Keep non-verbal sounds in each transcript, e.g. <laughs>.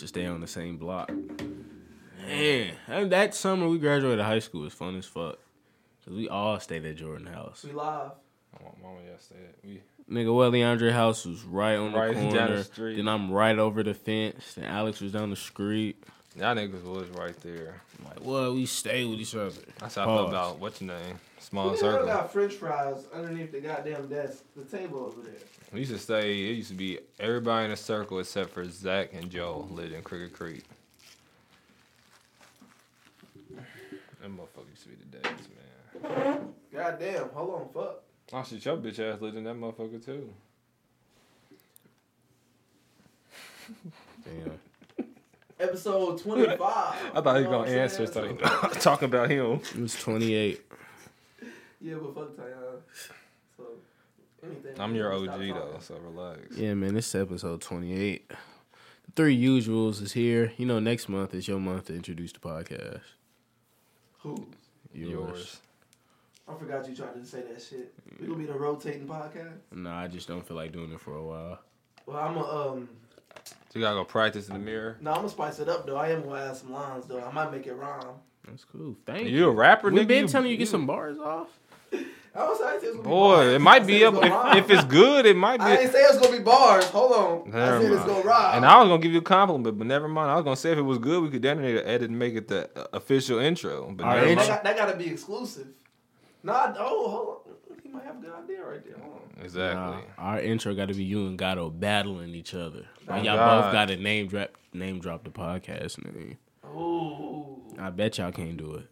to stay on the same block. Man, and that summer we graduated high school was fun as fuck. Cause we all stayed at Jordan House. We live. My mom- mama yesterday. We Nigga, well, Leandre House was right on the Right down corner. the street. Then I'm right over the fence. Then Alex was down the street. y'all niggas was right there. I'm like, well, we stay with each other. That's how I felt Pause. about what's your name? Who the Small hell circle. got French fries underneath the goddamn desk, the table over there? We used to say it used to be everybody in a circle except for Zach and Joe lived in Cricket Creek. That motherfucker used to be the days, man. Goddamn, hold on, fuck. Oh shit, your bitch ass lived in that motherfucker too. Damn. <laughs> Episode twenty five. I thought he was gonna answer something <laughs> talking about him. It was 28. Yeah, but fuck Tyon. So anything. I'm your Stop OG though, talking. so relax. Yeah, man, this is episode 28. The three usuals is here. You know, next month is your month to introduce the podcast. Who? Yours. I forgot you tried to say that shit. We gonna be the rotating podcast. No, I just don't feel like doing it for a while. Well, I'm a um. You gotta go practice in the mirror. No, I'm gonna spice it up though. I am gonna add some lines though. I might make it rhyme. That's cool. Thank you. You a rapper? We've nigga? been telling you to get some bars off. I was I said it's gonna be Boy, bars. it might I be said up it's gonna if, if rhyme. it's good. It might I be. didn't say it's gonna be bars. Hold on. I Never said it's mind. gonna rhyme. And I was gonna give you a compliment, but never mind. I was gonna say if it was good, we could damn near edit and make it the uh, official intro. But Our never that, intro- mind. got, that gotta be exclusive. Nah, oh, hold on. He might have a good idea right there. Hold on. Exactly. Nah, our intro got to be you and Gato battling each other. Like, Oh, y'all God. both got to name drop, name drop the podcast name. Oh, I bet y'all can't do it.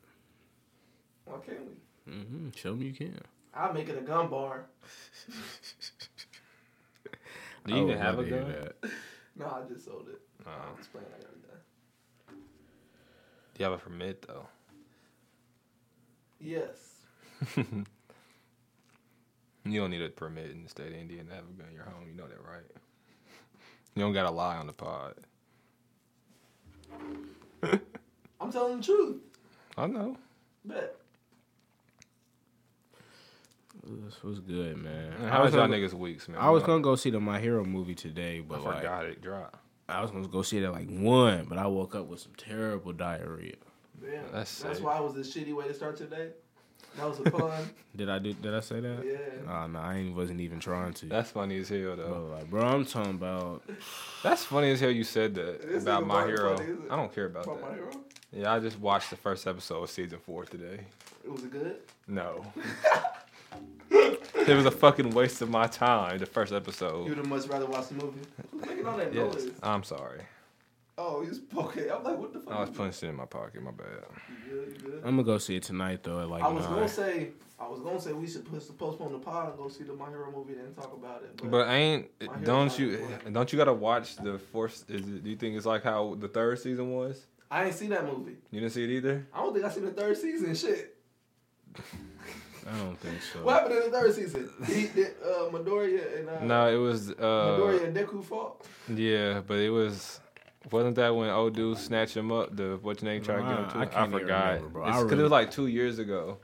why can't we? hmm Show me you can. I'll make it a gum bar. Do you Oh, I would even have a love to hear gun? that. Nah, I just sold it. Nah. I was playing. I got it done. Do you have a permit though? Yes. You don't need a permit in the state of Indiana to have a gun in your home. You know that, right? You don't gotta lie on the pod. I'm telling the truth. I know. Bet. This was good, man. How I was y'all gonna- niggas weeks, man? I was gonna go see the My Hero movie today, I but like forgot it dropped. I was gonna go see it at like one, but I woke up with some terrible diarrhea. Damn. That's That's, safe. why it was a shitty way to start today. That <laughs> was a pun. Did I do? Did I say that? yeah. Nah, nah, I ain't, wasn't even trying to. That's funny as hell though. but like, bro, I'm talking about That's funny as hell you said that This about nigga my Barney hero. funny, is it? I don't care about About my that. hero. Yeah, I just watched the first episode of season four today. It was good. No. <laughs> it was a fucking waste of my time, the first You episode. would have much rather watch the movie. Who's making all that Yes. noise? I'm sorry. Oh, you okay. I'm like, what the fuck? I was you putting shit in my pocket, my bad. doing? You good? You good? I'm gonna go see it tonight though at like I was nine. gonna say, I was gonna say we should put, postpone the pod and go see the My Hero movie and talk about it. But, But ain't My hero don't got you it. don't you gotta watch the fourth is it, do you think it's like how the third season was? I ain't seen that movie. You didn't see it either? I don't think I seen the third season. Shit. I don't think so. What happened in the third season? He did uh, Midoriya and uh, No, it was uh Midoriya and Deku fought. yeah, but it was wasn't that when old dude snatched him up the what your name tried Nah, to Uh, I get him to? I, can't even forgot. remember, bro. I It's 'cause it really- was like two years ago.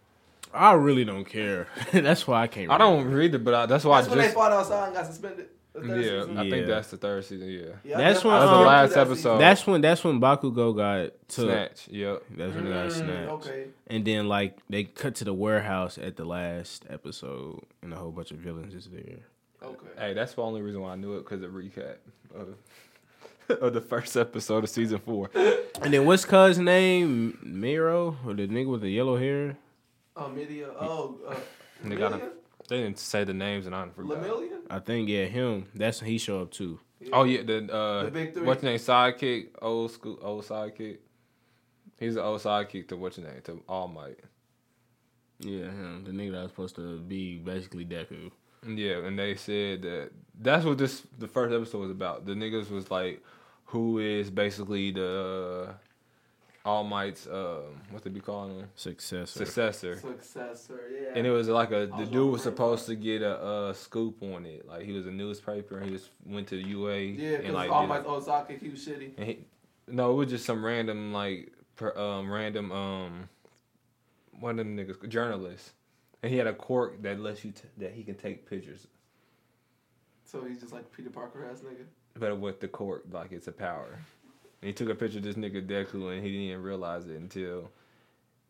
I really don't care. <laughs> That's why I can't. I don't remember. read it, but I, that's why That's I when they just fought outside and got suspended. The yeah, third season. I Yeah. think that's the third season. Yeah, Yeah, I That's def- when, I def- um, I That's the def- last episode. That's when. That's when Bakugo got took. snatch. Yep. That's when he got Mm, snapped. okay. And then like they cut to the warehouse at the last episode, and a whole bunch of villains is there. Okay. Hey, that's the only reason why I knew it because the recap of, <laughs> of the first episode of season four. And then what's cuz name? Miro or the nigga with the yellow hair? Oh, Media. Oh, uh, They got a- They didn't say the names, and I forgot. Lamillion? I think yeah, him. That's he show up too. Oh yeah, the uh, The big three. what's his name? Sidekick, old school, old sidekick. He's the old sidekick to what's his name to All Might. Yeah, him. The nigga that was supposed to be basically Deku. Yeah, and they said that that's what this the first episode was about. The niggas was like, who is basically the uh, All Might's um, what they be calling him Successor. successor. Successor, yeah. And it was like a I the was on dude was the supposed to get a, uh scoop on it. Like he was a newspaper and he just went to the UA yeah, and because like all did my it. Osaka, he was shitty. And he, no, it was just some random like per, um random um one of them niggas journalist. And he had a cork that lets you t- that he can take pictures, So he's just like Peter Parker ass nigga. but with the cork like it's a power. And he took a picture of this nigga Deku, and he didn't even realize it until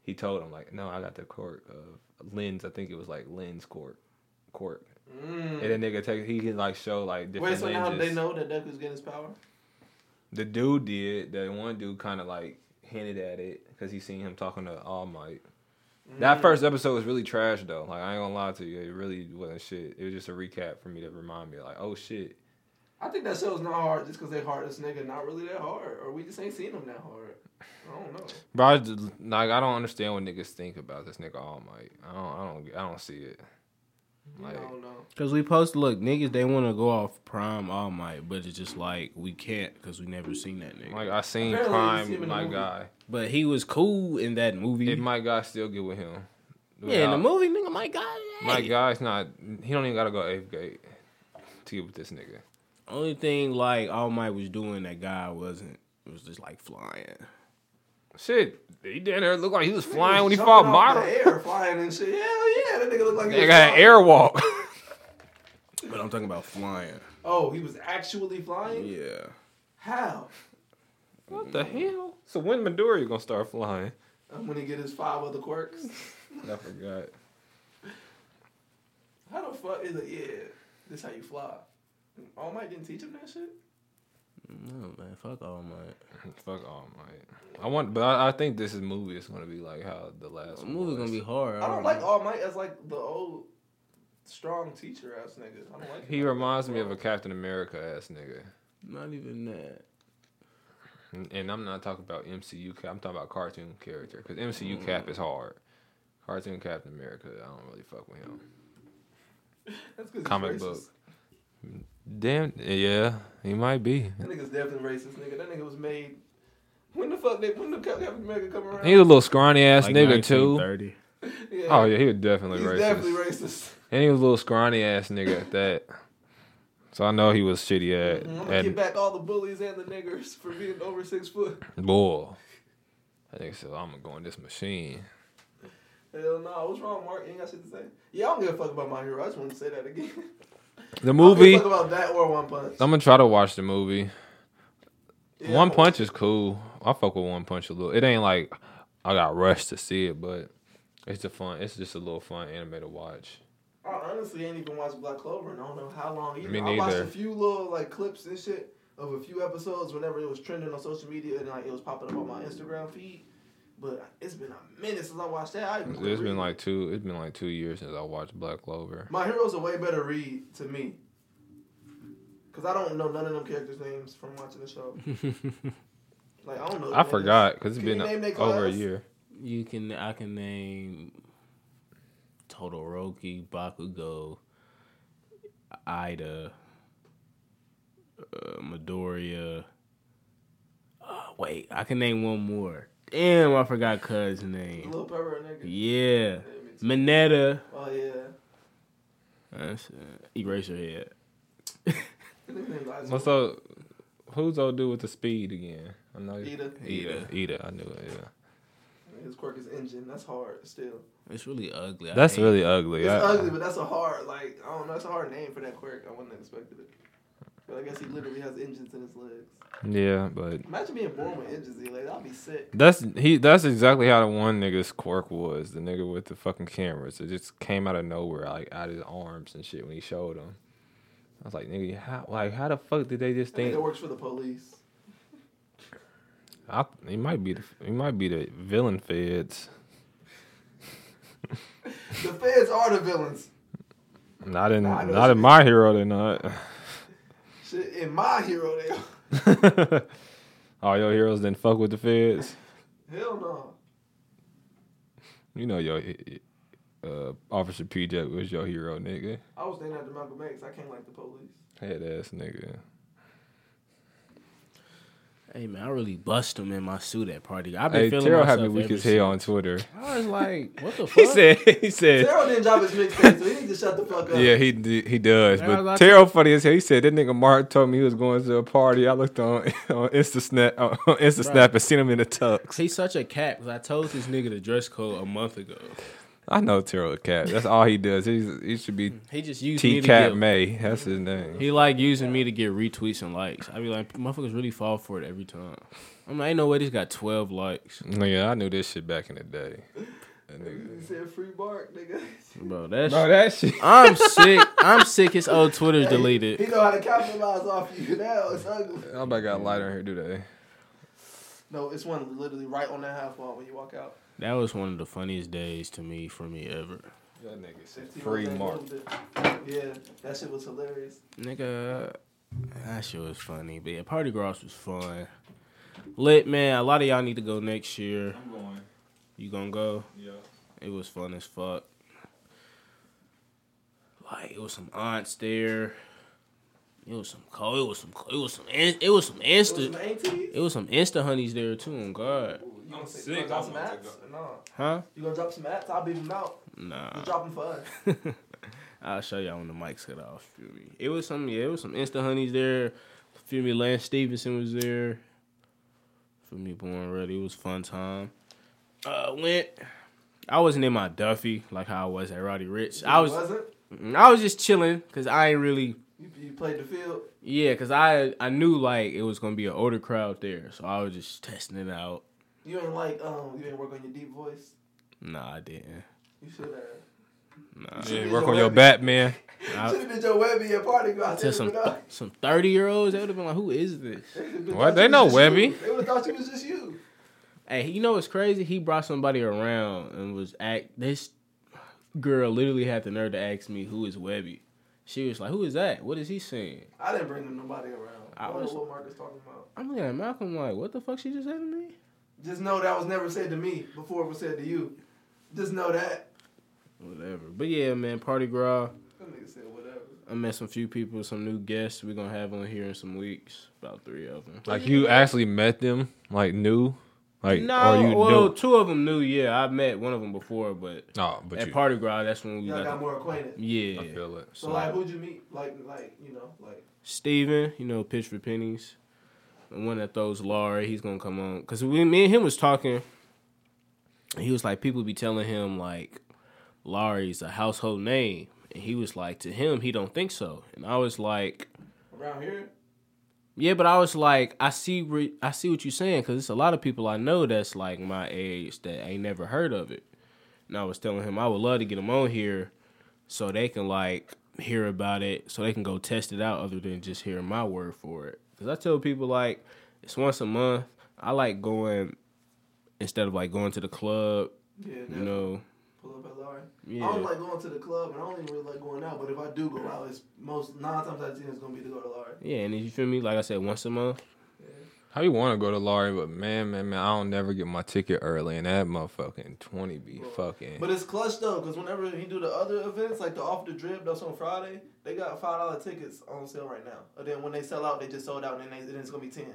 he told him, like, no, I got the cork of lens. I think it was like lens cork, cork. Mm. And the nigga take he can like show like different Wait, so now lenses. they know that Deku's getting his power? The dude did that. One dude kind of like hinted at it because he seen him talking to All Might. Mm. That first episode was really trash though. Like I ain't gonna lie to you, it really wasn't shit. It was just a recap for me to remind me, like, oh shit. I think that show's not hard just because they hard this nigga not really that hard, or we just ain't seen him that hard. I don't know. Bro, I just, like I don't understand what niggas think about this nigga All Might. I don't, I don't, I don't see it. Like, I don't know. Cause we post look niggas they want to go off prime all might, but it's just like we can't because we never seen that nigga. like I Apparently seen you see him Prime, in the my movie. guy. But he was cool in that movie. If my guy still get with him, yeah, in the Without- movie, nigga, my God. my hey. guy's not. He don't even gotta go eighth grade to get with this nigga. Only thing like All Might was doing that guy wasn't was just like flying. Shit, he down there looked like he was flying when he Jumping off fought the Madara. Air flying and shit. Hell yeah, that nigga look like he They was got an flying. airwalk. <laughs> But I'm talking about flying. Oh, he was actually flying. Yeah. How? what the hell? So when Midoriya gonna start flying? Um, when he get his five other quirks. I forgot. How the fuck is it? Yeah, this how you fly. All Might didn't teach him that shit. No man, fuck All Might. Fuck all might. I want, but I, I think this is movie is gonna be like how the last The one movie's was. gonna be hard. I don't like Um, All Might as like the old strong teacher ass nigga. I don't like. He him. reminds me of a Captain America ass nigga, Not even that. and, and I'm not talking about MCU. Cap, I'm talking about cartoon character because MCU Mm. Cap is hard. Cartoon Captain America, I don't really fuck with him. That's 'cause he's comic racist. book. Damn, yeah, he might be. That nigga's definitely racist, nigga. That nigga was made. When the fuck did when the Captain America come around? He's a little scrawny ass nigga too. Thirty. yeah. Oh yeah, he was definitely he's racist. definitely racist. and he was a little scrawny ass nigga at that. So I know he was shitty at Mm-hmm, I'm gonna get at back all the bullies and the niggers for being over six foot. bull. I think so. I'm gonna go in this machine. Hell no, what's wrong, Mark? You ain't got shit to say. Yeah, I don't give a fuck about my hero. I just want to say that again. <laughs> The I movie. don't give a fuck about that or One Punch. I'm gonna try to watch the movie. Yeah, One I- Punch is cool. I fuck with One Punch a little. It ain't like I got rushed to see it, but it's a fun. It's just a little fun anime to watch. I honestly ain't even watched Black Clover, and I don't know how long. Either. Me I watched a neither. few little like clips and shit of a few episodes whenever it was trending on social media and like it was popping up on my Instagram feed. But it's been a minute since I watched that. I even It's been read. like two. It's been like two years since I watched Black Clover. My Hero's a way better read to me. Cause I don't know none of them characters' names from watching the show. <laughs> Like I don't know. I their forgot because it's Can you been name their over a class? year. you can I can name Todoroki, Bakugo, Ida, uh, Midoriya. Uh, wait, I can name one more. Damn, I forgot Cud's names. name. Lil Pepper and nigga. Yeah, Mineta. Oh yeah. That's uh, erase your head. <laughs> His name lies What's on up? Who's old dude with the speed again? I know you. Vegeta. Ida. Ida, I knew it. Yeah, His quirk is engine. That's hard still. It's really ugly. I that's hate really ugly. Uh, It's I- ugly, but that's a hard like I don't know. That's a hard name for that quirk. I wouldn't have expected it. But I guess he literally has engines in his legs. yeah, but Imagine being born with engines in your legs. I'd be sick. that's he. That's exactly how the one nigga's quirk was. The nigga with the fucking cameras. It just came out of nowhere, like out of his arms and shit when he showed him. I was like, nigga, how like how the fuck did they just I think it think? works for the police. I, he might be the he might be the villain feds. The feds are the villains. Not in I know not in it's- my hero. They're not. Shit, in my hero, they are. <laughs> All your heroes didn't fuck with the feds. Hell no. You know your uh, officer PJ was your hero, nigga. I was thinking after Malcolm X. I can't like the police. Head ass nigga. Hey man, I really bust him in my suit at party. I've been Hey, feeling Terrell myself had me weak ever as hell on Twitter. since. I was like, what the fuck? <laughs> He said, he said, Terrell didn't drop his mixtape, so he needs to shut the fuck up. yeah, he d- he does. Yeah, I was But like- Terrell funny as hell. He said that nigga Mark told me he was going to a party. I looked on <laughs> on Insta snap on Insta snap and seen him in a tux. He's such a cat because I told this nigga the dress code a month ago. I know Terrell a Cat. That's all he does. He's, he should be He just used T me to Cat get. May. That's his name. He like using me to get retweets and likes. I be like, motherfuckers really fall for it every time. I'm like, ain't no way this got 12 likes, Nigga, I knew this shit back in the day. That You nigga. said free bark, nigga. bro. That's Bro, that shit. <laughs> I'm sick. I'm sick. His old Twitter's He deleted. know how to capitalize off you now. It's ugly. Nobody got lighter in here, do they? No, it's one literally right on that half wall when you walk out. That was one of the funniest days to me for me ever. That nigga said 15 free on that mark. little bit. Yeah, that shit was hilarious. Nigga, that shit was funny. But yeah, Party Gross was fun. Lit man. A lot of y'all need to go next year. I'm going. You gonna go? Yeah. It was fun as fuck. Like it was some aunts there. It was some co. It was some. co- It was some. in- It was some It was insta. some ATs? It was some insta honeys there too. On God, Ooh, you gonna I'm say- sick. You gonna drop I some want to apps? No. huh? You gonna drop some apps? I'll beat them out. You Nah. <laughs> drop them for us. I'll show y'all when the mics cut off. Feel me? It was some. Yeah, it was some insta honeys there. Feel me? Lance Stevenson was there. Feel me? Born ready. It was fun time. Uh, went. I wasn't in my Duffy like how I was at Roddy Rich. I was. Wasn't? Mm, I was just chilling because I ain't really. You, you played the field. Yeah, cause I I knew like it was gonna be an older crowd there, so I was just testing it out. You ain't like um. You ain't work on your deep voice. Nah, I didn't. You should have. Nah, Yeah, work on your Batman. Should I, have did your Webby at party go out to there. some you know? some thirty year olds, they would have been like, "Who is this?" They would've What? thought They you know was just Webby. you. They would thought you was just you. Hey, you know what's crazy? He brought somebody around and was act. This girl literally had the nerve to ask me, "Who is Webby?" She was like, "Who is that? What is he saying?" I didn't bring nobody around. I I don't know was- what Mark is talking about. I'm looking at Malcolm like, "What the fuck she just said to me?" Just know that was never said to me before it was said to you. Just know that. Whatever. But yeah, man, party gras. That nigga said whatever. I met some few people, some new guests we're gonna have on here in some weeks, about three of them. Like you actually met them, like new, like No, or you well, knew. two of them knew. Yeah, I met one of them before, but Oh, but at you. Party Ground, that's when we Y'all got. got the- more acquainted. yeah, I feel it. So, So- like, who'd you meet? Like, like you know, like Steven, you know, pitch for pennies. The one that throws Laurie, he's gonna come on. Cause we, me and him was talking. and He was like, people be telling him like, Laurie's a household name, and he was like, to him, he don't think so. And I was like, around here. Yeah, but I was like, I see, re- I see what you're saying, because it's a lot of people I know that's like my age that ain't never heard of it. And I was telling him I would love to get them on here, so they can like hear about it, so they can go test it out, other than just hearing my word for it. Because I tell people like it's once a month. I like going instead of like going to the club, Yeah, you know. Pull up at Lauren. I Yeah, don't like going to the club, and I don't even really like going out. But if I do go out, it's most nine times out of ten it's gonna be to go to Lauren. yeah, and you feel me? Like I said, once a month. How you want to go to Laurie, but man, man, man, I don't never get my ticket early, and that motherfucking twenty be fucking. But it's clutch though, because whenever he do the other events, like the off the drip that's on Friday, they got five dollar tickets on sale right now. And then when they sell out, they just sold out, and then, they, then it's gonna be ten.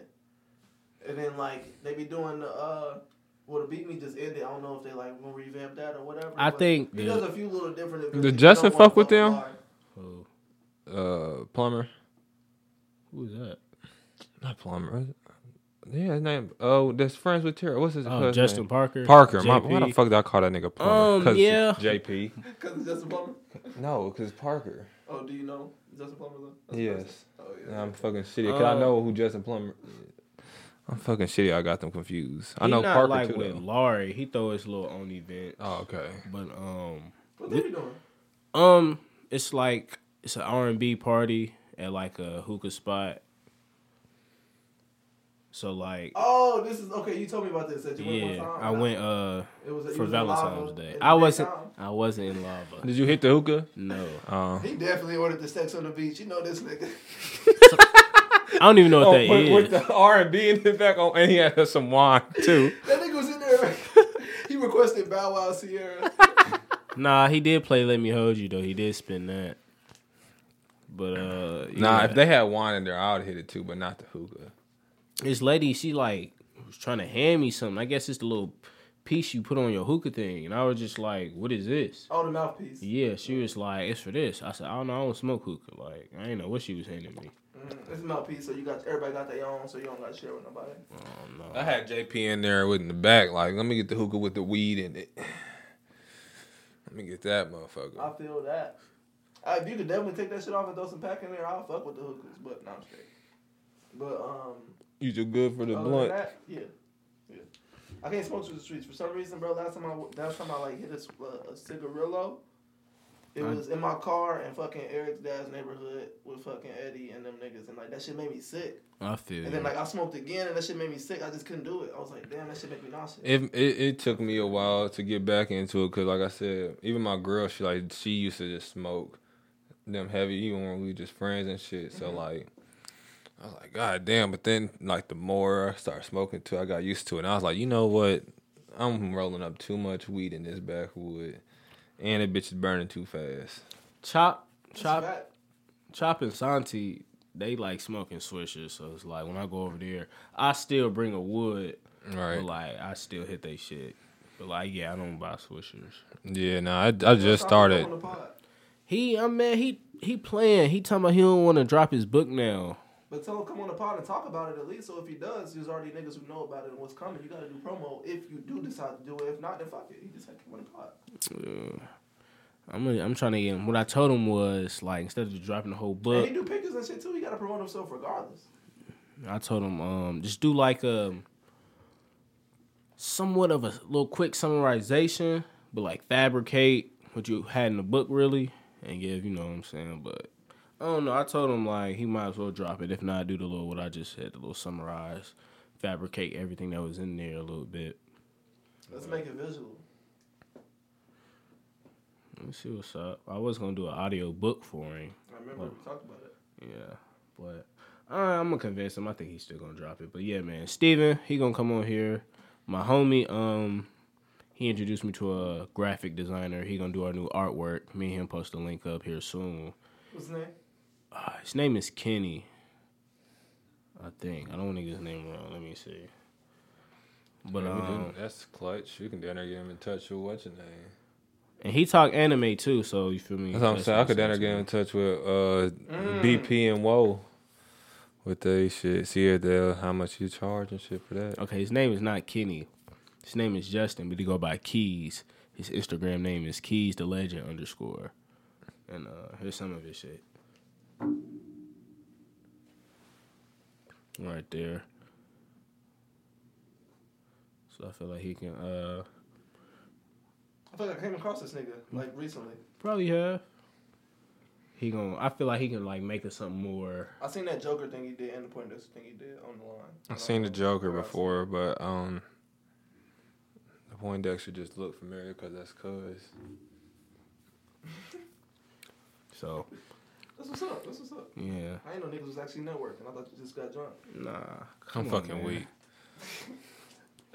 And then like they be doing the uh, well the beat me just ended. I don't know if they like gonna revamp that or whatever. I but think he the- does a few little different. events. Did He Justin don't wanna fuck with go them? hard. Oh, Uh, plumber, who's that? not plumber. Yeah, his name. Oh, that's friends with Tara. What's his? Oh, cousin Justin name? Parker. Parker. My, why JP. the fuck did I call that nigga plumber? Um, 'Cause yeah. JP. Cause it's Justin Plummer. No, cause Parker. Oh, do you know Justin Plummer? Though? That's the person. Yes. Oh yeah. I'm fucking shitty. Cause I Uh, know who Justin Plumber. I'm fucking shitty. I got them confused. I He know not Parker like too. with Though. Laurie. He throw his little own event. Oh, okay. But um, What they be doing? um, it's like it's an R and B party at like a hookah spot. So like, Oh, this is okay. You told me about this. That you went yeah, one time. I went uh It was, it for was in lava Valentine's at Day. the I wasn't. daytime. I wasn't in lava. <laughs> Did you hit the hookah? No, Uh, He definitely ordered the sex on the beach. You know this nigga. <laughs> I don't even Oh, know what that is. with, Oh, with the R and B in the back, oh, and he had <laughs> some wine too. That nigga was in there. <laughs> he requested Bow Wow <laughs> Sierra. Nah, he did play "Let Me Hold You" though. He did spin that. But uh, Nah, yeah. if they had wine in there, I would hit it too, but not the hookah. this lady, she like was trying to hand me something. I guess it's the little piece you put on your hookah thing, and I was just like, "What is this?" On Oh, the mouthpiece. Yeah, she was like, "It's for this." I said, "I don't know. I don't smoke hookah. Like, I ain't know what she was handing me." Mm, it's a mouthpiece, so you got everybody got their own, so you don't got to share with nobody. I don't I know. had JP in there with in the back, like, <sighs> let me get the hookah with the weed in it. me get that motherfucker. I feel that. I, if you could definitely take that shit off and throw some pack in there, I'll fuck with the hookers. But no, I'm straight. But um, You too good for the Oh, other blunt. than that, yeah, yeah. I can't smoke through the streets for some reason, bro. Last time I last time I like hit a, s- uh, a cigarillo, it I- was in my car in fucking Eric's dad's neighborhood with fucking Eddie and them niggas, and like that shit made me sick. I feel. And you. then like I smoked again, and that shit made me sick. I just couldn't do it. I was like, damn, that shit make me nauseous. It, it it took me a while to get back into it because, like I said, even my girl, she like she used to just smoke them heavy, even when we were just friends and shit. Mm-hmm. So like, I was like, God damn! But then like the more I started smoking too, I got used to it. And I was like, you know what? I'm rolling up too much weed in this backwood, and that bitch is burning too fast. Chop, That's chop, fact. Chop and Santi, they like smoking swishers. So it's like when I go over there, I still bring a wood, Right? but like I still hit they shit. But like, yeah, I don't buy swishers. yeah. No, I I just That's how I feel started. on the pod. He, I mean, he he playing. He talking about he don't want to drop his book now. But tell him come on the pod and talk about it at least. So if he does, there's already niggas who know about it and what's coming. You gotta do promo if you do decide to do it. If not, then fuck it. He just had to come on the pod. Uh, I'm gonna- I'm trying to get him. What I told him was like instead of just dropping the whole and book, he do pictures and shit too. He gotta promote himself regardless. I told him um just do like um somewhat of a little quick summarization, but like fabricate what you had in the book really and give you know what I'm saying. But I don't know. I told him like he might as well drop it. If not, do the little what I just said, the little summarize, fabricate everything that was in there a little bit. Let's make it visual. Let me see what's up. I was gonna do an audio book for him. I remember we talked about it. Yeah, but uh, I'm gonna convince him. I think he's still gonna drop it. But yeah, man, Steven, he gonna come on here. My homie, um, he introduced me to a graphic designer. He gonna do our new artwork. Me and him post a link up here soon. What's his name? Uh, his name is Kenny. I think I don't want to get his name wrong. Let me see. But Yeah, we do- um, that's clutch. You can down there get him in touch with what's your name. and he talk anime too. So you feel me? That's what I'm saying. I could down there that's- get in touch with uh, Mm. BP and Woe with they shit. See if they how much you charge and shit for that. Okay, his name is not Kenny. His name is Justin, but he go by Keys. His Instagram name is Keys the Legend underscore. And uh here's some of his shit. Right there. So I feel like he can uh I feel like I came across this nigga like recently. probably have. He gonna I feel like he can like make it something more I seen that Joker thing he did and the point this thing he did on the line. I've seen the Joker Where I before, but um, the Poindexter just looked familiar because that's cuz. so That's what's up. That's what's up. yeah. I ain't know niggas was actually networking. I thought you just got drunk. Nah. I'm come on, fucking man. weak.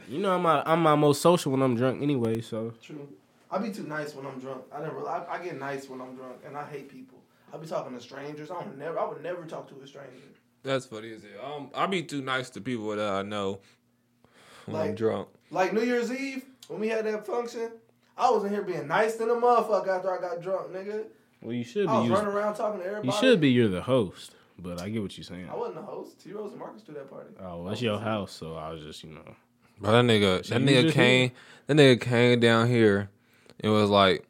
You know I'm my I'm my most social when I'm drunk anyway, so True. I be too nice when I'm drunk. I never. I, I get nice when I'm drunk, and I hate people. I be talking to strangers. I don't never. I would never talk to a stranger. That's funny as hell. Um, I be too nice to people that I know when I'm Like- drunk. Like New Year's Eve, when we had that function, I was in here being nice to the motherfucker after I got drunk, nigga. Well, you should I be. was used- running around talking to everybody. you should be. You're the host, but I get what you're saying. I wasn't the host. T Rose and Marcus threw that party. Oh, that's your house, so I was just, you know. Bro, that nigga, that you nigga just came, that nigga came down here. It was like,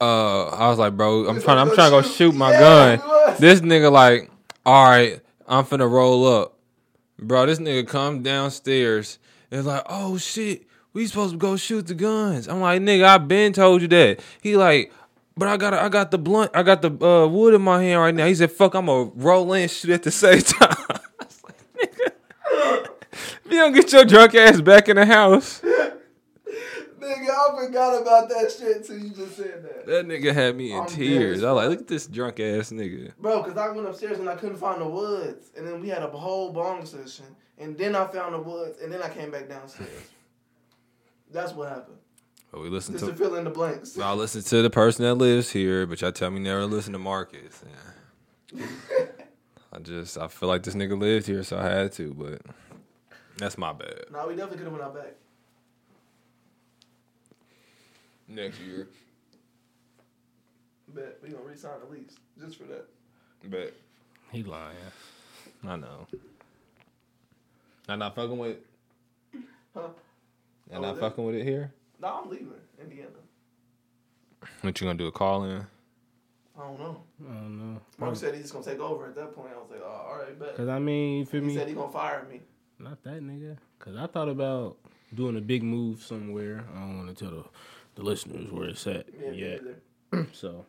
uh, I was like, bro, I'm He's trying, like, I'm "Go <laughs> trying to go shoot." shoot my Yeah, gun. he was. This nigga like, all right, I'm finna roll up, bro. This nigga come downstairs and it's like, oh shit, we supposed to go shoot the guns. I'm like, nigga, I been told you that. He like. But I got I got the blunt I got the uh, wood in my hand right now. He said, "Fuck, I'm gonna roll in and shoot at the same <laughs> time." I was like, nigga. <laughs> If you don't get your drunk ass back in the house. Nigga, I forgot about that shit till you just said that. That nigga had me in I'm tears. dead. I was like, look at this drunk ass nigga. Bro, because I went upstairs and I couldn't find the woods. And then we had a whole bong session. And then I found the woods. And then I came back downstairs. <laughs> That's what happened. But Oh, we listened Just to <laughs> to fill in the blanks. I listen to the person that lives here, but y'all tell me never to listen to Marcus. Yeah. <laughs> I just I feel like this nigga lived here, so I had to, but that's my bad. Nah, we definitely could have went out back. Next year. But we gonna resign the lease just for that. But He lying. I know. I'm not fucking with it. Huh? I'm Oh, not that- Oh, fucking with it here. Nah, I'm leaving Indiana. What you gonna do? A call in? I don't know. I don't know. Mark said he's just gonna take over at that point. I was like, oh, all right, bet. Cause I mean, you feel He me? said he's gonna fire me. Not that nigga. Cause I thought about doing a big move somewhere. I don't want to tell the, the listeners where it's at Yeah, me yet. neither. So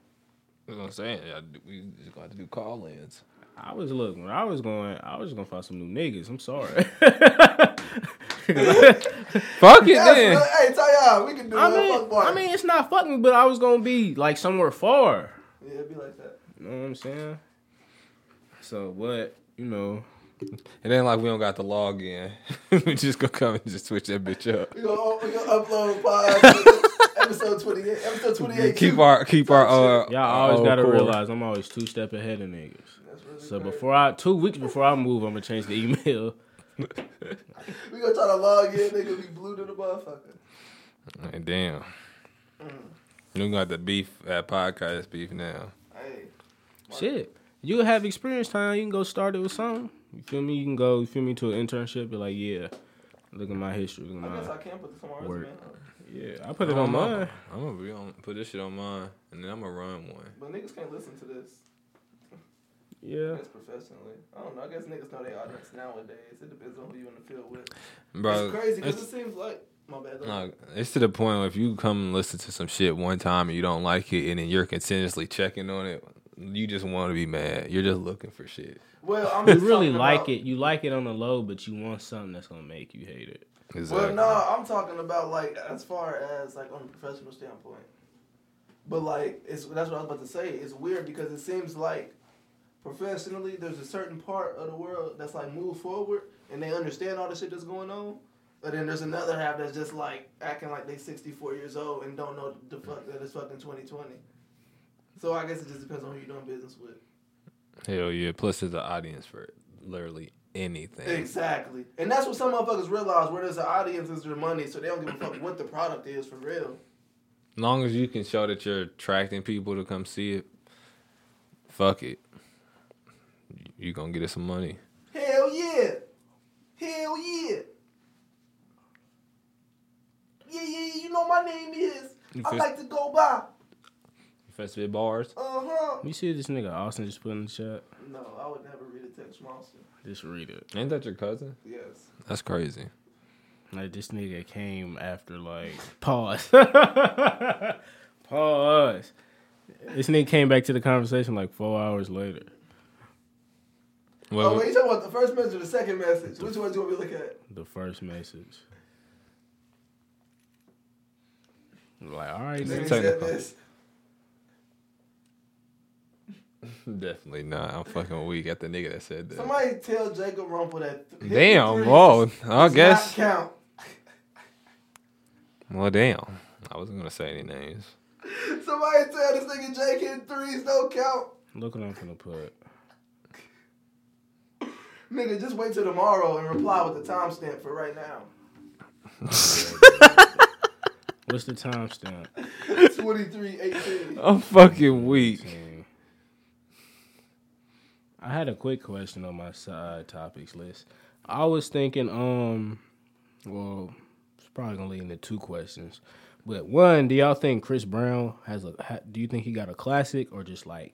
I was gonna say yeah, we just gonna have to do call ins. I was looking. When I was going, I was gonna find some new niggas. I'm <laughs> sorry. <laughs> 'Cause Fuck <laughs> it That's then. what- hey, tell y'all, we can do I, I that. mean, fuck bar. I mean, it's not fucking, but I was gonna be like somewhere far. yeah, it'd be like that. You know what I'm saying? So what? You know, It ain't like we don't got the log in. <laughs> we just gonna come and just switch that bitch up. We gonna, we gonna upload pod <laughs> episode twenty eight. Episode twenty eight. Keep our keep our uh y'all our always old gotta core. realize I'm always two step ahead of niggas. That's really So crazy. before I two weeks before I move, I'm gonna change the email. <laughs> we gonna try to log in, they gonna be blue to the motherfucker. Hey, damn. You got the beef at podcast beef now. Hey, Shit. You have experience time, you can go start it with something. You feel me? You can go, you feel me, to an internship, be like, yeah, look at my history. Look at I guess I my, can put this on my Word. resume. huh? yeah, I put it I'm on gonna- mine. I'm gonna be on, put this shit on mine, and then I'm gonna run one. But niggas can't listen to this. Yeah. That's professionally. I don't know. I guess niggas know their audience nowadays. It depends on who you in the field with. Bro, it's crazy because it it's, seems like my bad. though. nah, it's to the point where if you come and listen to some shit one time and you don't like it, and then you're continuously checking on it, you just want to be mad. You're just looking for shit. Well, I'm You just really talking like about- it. You like it on the low, but you want something that's gonna make you hate it. Well, no, I'm talking about like as far as like on a professional standpoint. But like it's that's what I was about to say. It's weird because it seems like professionally there's a certain part of the world that's like move forward and they understand all the shit that's going on. But then there's another half that's just like acting like they 64 years old and don't know the fuck that it's fucking 2020. So I guess it just depends on who you're doing business with. Hell yeah. Plus, there's an audience for literally anything. Exactly. And that's what some motherfuckers realize where there's an audience is their money, so they don't give a fuck what the product is for real. As long as you can show that you're attracting people to come see it, fuck it. you going to get us some money. Hell yeah. Hell yeah. Yeah, yeah, yeah, you know my name is. You I feel- like to go by. You finna spit bars? Uh huh. You see this nigga Austin just put in the chat? No, I would never read a text from Austin. Just read it. Ain't that your cousin? Yes. That's crazy. Like this nigga came after like pause. <laughs> pause. This nigga came back to the conversation like four hours later. Well, oh, wait, you talking about the first message or the second message? Which one do you want me to look at? The first message. Like, all right, It's Nigga nigga. said technical. this. definitely not. I'm fucking weak at the nigga that said that. Somebody tell Jacob Rumple that. th- his damn. threes Whoa. I does guess. Not count. Well, damn. I wasn't gonna say any names. Somebody tell this nigga Jake hit threes don't count. Look what I'm gonna put. Nigga, just wait till tomorrow and reply with the timestamp for right now. <laughs> What's the timestamp? 2318. I'm fucking weak. Team. I had a quick question on my side topics list. I was thinking, um, well, it's probably gonna lead into two questions. But one, do y'all think Chris Brown has a? ha- Do you think he got a classic or just like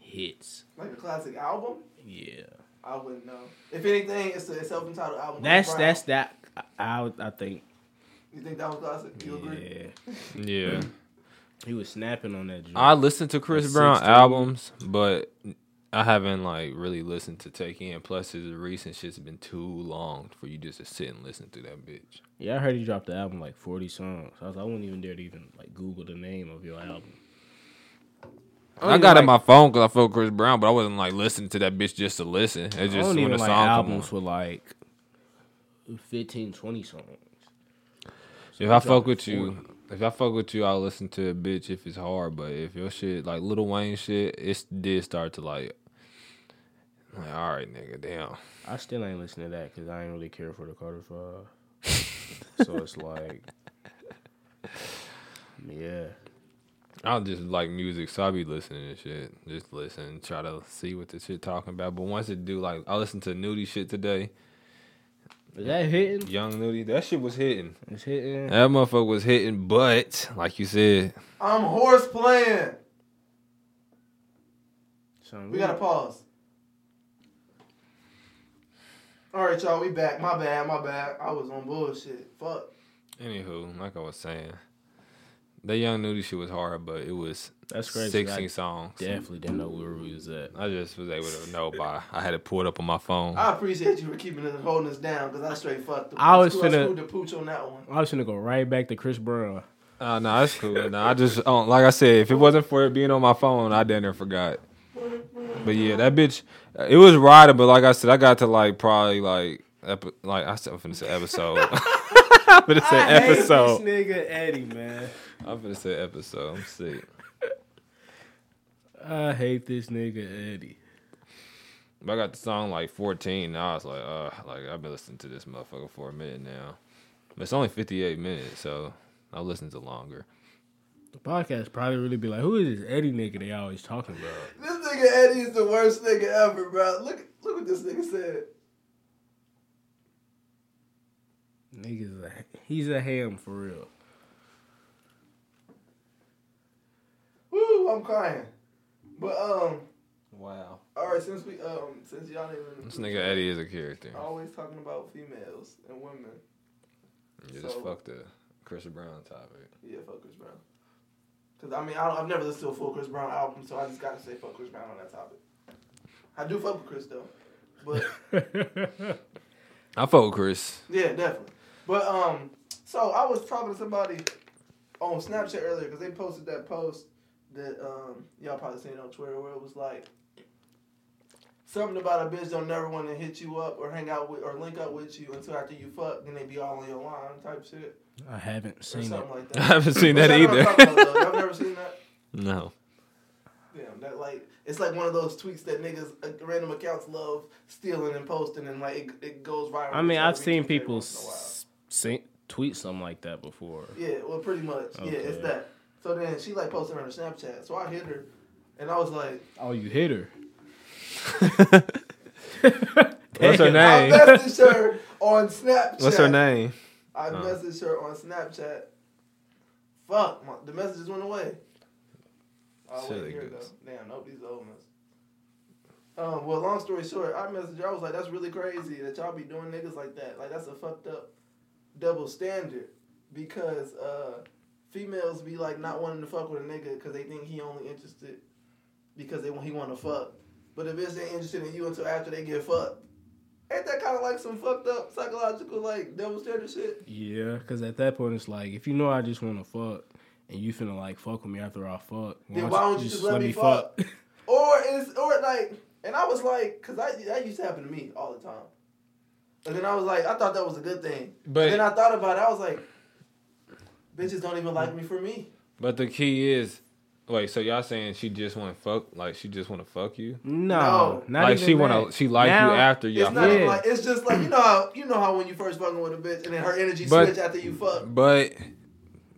hits? Like a classic album? Yeah, I wouldn't know. If anything, it's a self entitled album. that's Brown. that's that. I I, I think. You think that was classic? You agree? Yeah, Yeah. he was snapping on that. joint. I listened to Chris Like Brown 16. albums, but I haven't like really listened to Take In. Plus, his recent shit's been too long for you just to sit and listen to that bitch. Yeah, I heard he dropped the album like forty songs. I was, I wouldn't even dare to even like Google the name of your album. I, don't got even in my phone because I felt Chris Brown, but I wasn't like listening to that bitch just to listen. It's just I don't when even the like song come on. albums with like 15, 20 songs. So If he I dropped fuck with you, 40. if I fuck with you, I'll listen to a bitch if it's hard. But if your shit like Little Wayne shit, it did start to like, like all right, nigga, damn. I still ain't listening to that because I ain't really care for the Carter Five. <laughs> so it's like, yeah, I just like music, so I be listening to shit. Just listen, try to see what the shit talking about. But once it do, like I listened to Nudie shit today, Is that hitting? Young Nudie, that shit was hitting. It's hitting. That motherfucker was hitting, but like you said, I'm horse playing. Son, We gotta pause. All right, y'all, we back. My bad, my bad. I was on bullshit. Fuck. anywho, like I was saying, that Young Nudie shit was hard, but it was That's crazy. I sixteen songs. definitely didn't know where we was at. I just was able to know by. I had it pulled up on my phone. I appreciate you for keeping us holding us down because I straight fucked. up. I was screwed- finna- screwed the pooch on that one. I was gonna go right back to Chris Brown. Uh, no, that's cool. No, I just um, like I said, if it wasn't for it being on my phone, I damn near forgot. But yeah, that bitch, uh, it was riding. But like I said, I got to like probably like epi- like I said, I'm finna say episode. <laughs> I'm finna say episode. nigga Eddie, man. I'm finna say episode. I'm sick. I hate this nigga Eddie. But I got the song like 14. Now I was like, uh, like I've been listening to this motherfucker for a minute now. But it's only 58 minutes, so I'll listen to longer. The podcast probably really be like, who is this Eddie nigga they always talking about? This nigga Eddie is the worst nigga ever, bro. Look, look what this nigga said. Niggas, a, he's a ham for real. Woo, I'm crying. But um, Wow. all right, since we um, since y'all didn't This nigga Eddie is a character. always talking about females and women. You just So- fuck the Chris Brown topic. Yeah, fuck Chris Brown. Cause I mean, I don't, I've never listened to a full Chris Brown album, so I just gotta say fuck Chris Brown on that topic. I do fuck with Chris though, but <laughs> I fuck with Chris. yeah, definitely. But um, so I was talking to somebody on Snapchat earlier because they posted that post that um y'all probably seen it on Twitter where it was like something about a bitch don't never want to hit you up or hang out with or link up with you until after you fuck, then they be all on your line type shit I haven't or seen it. <laughs> something like <laughs> I that. haven't seen But that y'all know what I'm talking about, though. Y'all either. never seen that. <laughs> <laughs> no. Damn, that like it's like one of those tweets that niggas uh, random accounts love stealing and posting, and like it, it goes viral. I mean, It's like I've seen retweeted people once in a while. s- sing, tweet something like that before. Yeah, well, pretty much. Yeah, Okay. it's that. So then she like posted on her Snapchat. So I hit her, and I was like, Oh, you hit her. What's her name? I Hey. messaged her on Snapchat. <laughs> What's her name? I Oh. messaged her on Snapchat. Fuck, my, the messages went away. Oh, Silly wait, here it goose. goes. Damn, nope, these old ones. Um, well, long story short, I messaged her. I was like, that's really crazy that y'all be doing niggas like that. Like, that's a fucked up double standard because uh, females be like not wanting to fuck with a nigga because they think he only interested because they he want to fuck. But if it's ain't interested in you until after they get fucked, ain't that kind of like some fucked up psychological like double standard shit? Yeah, because at that point, it's like, if you know I just want to fuck and you finna like fuck with me after I fuck, Then why don't you just let me fuck? Or it's or like, and I was like, cause I that used to happen to me all the time. And then I was like, I thought that was a good thing. But then But I thought about it. I was like, bitches don't even like me for me. but the key is, wait. So y'all saying she just want to fuck? Like she just want to fuck you? <laughs> no, No. not like even she that. want to? She like Now- you after y'all? it's not even Yeah. like it's just like you know how you know how when you first fucking with a bitch and then her energy But- switch after you fuck. But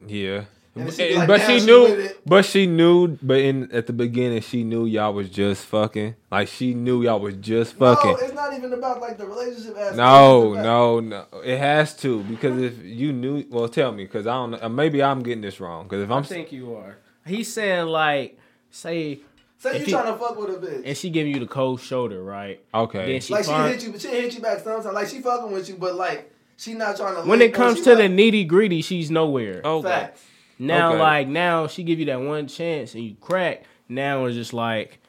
yeah. And But, eh, she be like, but "Damn, she she with knew, it." but she knew, but in at the beginning she knew y'all was just fucking. Like she knew y'all was just fucking. No, it's not even about like the relationship aspect. No, It's about- no, no. It has to because if you knew, well, tell me because I don't. know. Maybe I'm getting this wrong because if I'm, I think you are. He's saying like, say, Say If you he- trying to fuck with a bitch. and she giving you the cold shoulder, right? okay, Then she, like she find- hit you, but she hit you back sometimes. Like she fucking with you, but like she not trying to. when link it or comes she to not- the nitty gritty, she's nowhere. oh, facts. Now, Okay. like now, she give you that one chance and you crack. Now it's just like,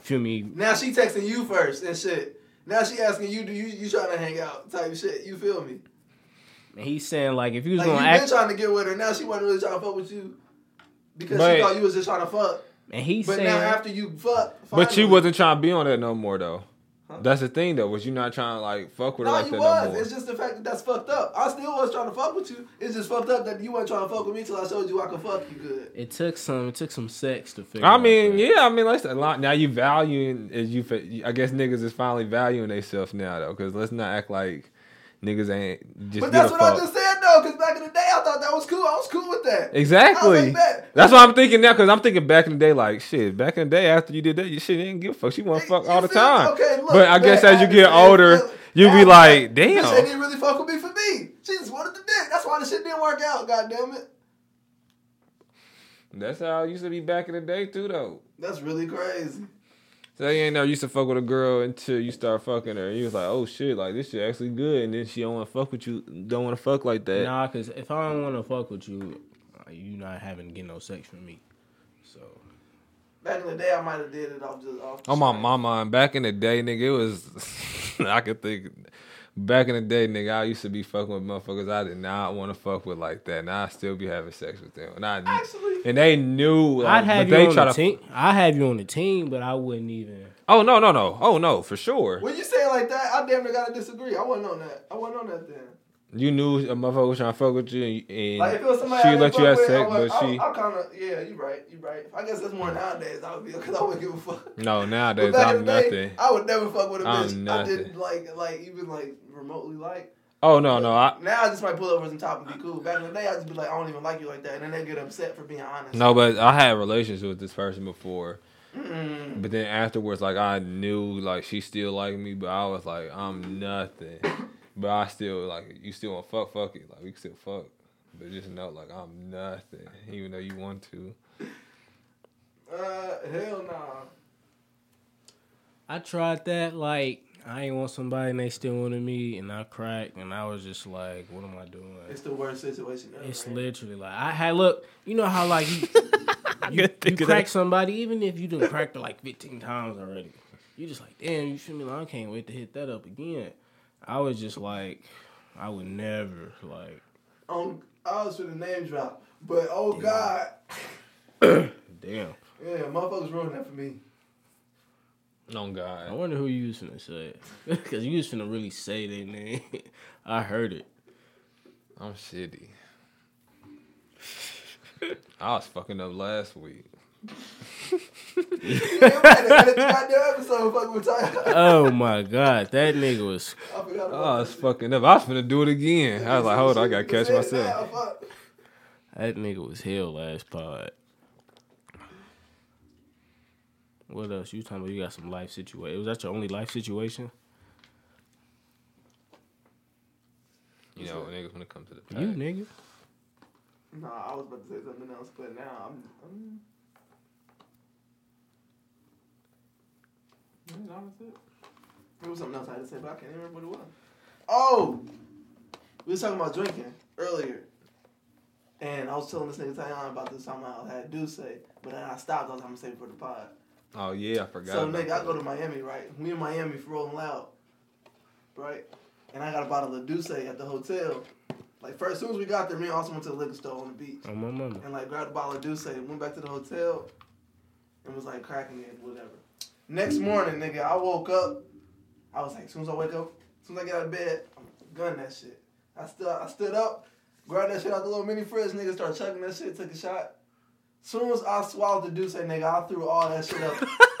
feel me? Now she texting you first and shit. Now she asking you, do you you trying to hang out type shit? You feel me? And he's saying like, if you was Like you gonna been act, trying to get with her. Now she wasn't really trying to fuck with you because But- she thought you was just trying to fuck. and he's But saying, now after you fuck, but you finally- wasn't trying to be on that no more though. Huh? That's the thing though. Was you not trying to like fuck with No, her like you that was. no more? It's just the fact that that's fucked up. I still was trying to fuck with you. It's just fucked up that you weren't trying to fuck with me till I showed you I could fuck you good. it took some, it took some sex to figure. I out mean, that. yeah, I mean, let's a lot. Now you valuing is you. fa- I guess niggas is finally valuing themselves now though, because let's not act like niggas ain't just. But that's give what a I fuck. just said though, because back in the day I thought that was cool. I was cool with that. I Exactly. was like, bet. That's what I'm thinking now, cause I'm thinking back in the day, like shit. Back in the day, after you did that, you shit you didn't give a fuck. She want to fuck all the You feel me? time. Okay, look, but I guess man, as you I get understand. older, Look, You be Now, like, This shit damn. didn't really fuck with me for me. She just wanted the dick. That's why the shit didn't work out. God damn it. That's how I used to be back in the day too, though. That's really crazy. So you ain't never used to fuck with a girl until you start fucking her. You was like, oh shit, like this shit actually good, and then she don't want to fuck with you, don't want to fuck like that. Nah, cause if I don't want to fuck with you, uh, you not having get no sex from me. So Back in the day, I might have did it off just off. the On Oh, my strength. mama, mind, back in the day, nigga, it was. <laughs> I could think. Back in the day, nigga, I used to be fucking with motherfuckers I did not want to fuck with like that, and I still be having sex with them. And I Actually- and they knew. Like, I'd have but you they on try the to, team. I have you on the team, but I wouldn't even. Oh no, no, no. Oh no, for sure. When you say it like that, I damn near gotta disagree. I wasn't on that. I wasn't on that then. You knew a motherfucker was trying to fuck with you, and, Like if it was somebody I she didn't let you fuck have with, sex, I but was, she. I, I kind of yeah, you right, you right. I guess that's more nowadays. I would be because I wouldn't give a fuck. no, But <laughs> nowadays back I'm in the nothing. day, I would never fuck with a I'm bitch. I nothing. didn't like like even like remotely like. oh no, no, I Now I just might pull over some top and be cool. Back in the day, I'd just be like, I don't even like you like that, and then they get upset for being honest. no, but I had relations with this person before, Mm-mm. But then afterwards, like I knew like she still liked me, but I was like, I'm nothing. But I still like you still want fuck, fuck it. Like we can still fuck. But just know like I'm nothing. Even though you want to. Uh, hell nah. I tried that. Like I ain't want somebody, and they still wanted me, and I cracked, and I was just like, "What am I doing?" It's the worst situation ever. It's right? literally like I had look. You know how like you, you, couldn't think you of that. crack somebody, even if you done cracked her like fifteen times already. You just like, damn, you feel me? Like, I can't wait to hit that up again. I was just like, I would never like, Um, I was for the name drop, but oh god, damn. yeah, motherfuckers ruined that for me. <laughs> No I Oh, God. wonder who you was finna say <laughs> because you was finna really say that name. <laughs> I heard it. I'm shitty. <laughs> I was fucking up last week. Yeah, we had to edit the goddamn episode. Fuck, we're tired. Oh my god, that nigga was. <laughs> I forgot I about was fucking up. I was finna do it again. I was like, hold on, I gotta catch myself. That nigga was hell last pod. What else? You talking about you got some life situation. Was that your only life situation? You know, niggas when it comes to the You pack. nigga. Nah, I was about to say something else, but now I'm. I'm... Yeah, that was it. There was something else I had to say, but I can't even remember what it was. Oh, we was talking about drinking earlier, and I was telling this nigga Tayon about this time I had do say, but then I stopped. I was gonna say it for the pod. Oh yeah, I forgot. So about nigga, I that. go to Miami, right? We in Miami for rolling loud, right? And I got a bottle of Douce at the hotel. Like first, as soon as we got there, me and Austin went to the liquor store on the beach Oh my mama. and like grabbed a bottle of Douce. Went back to the hotel and was like cracking it, whatever. Next morning, nigga, I woke up. I was like, as soon as I wake up, as soon as I get out of bed, I'm gunning that shit. I stood, I stood up, grabbed that shit out the little mini fridge, nigga, started chugging that shit, took a shot. Soon as I swallowed the Douce, nigga, I threw all that shit up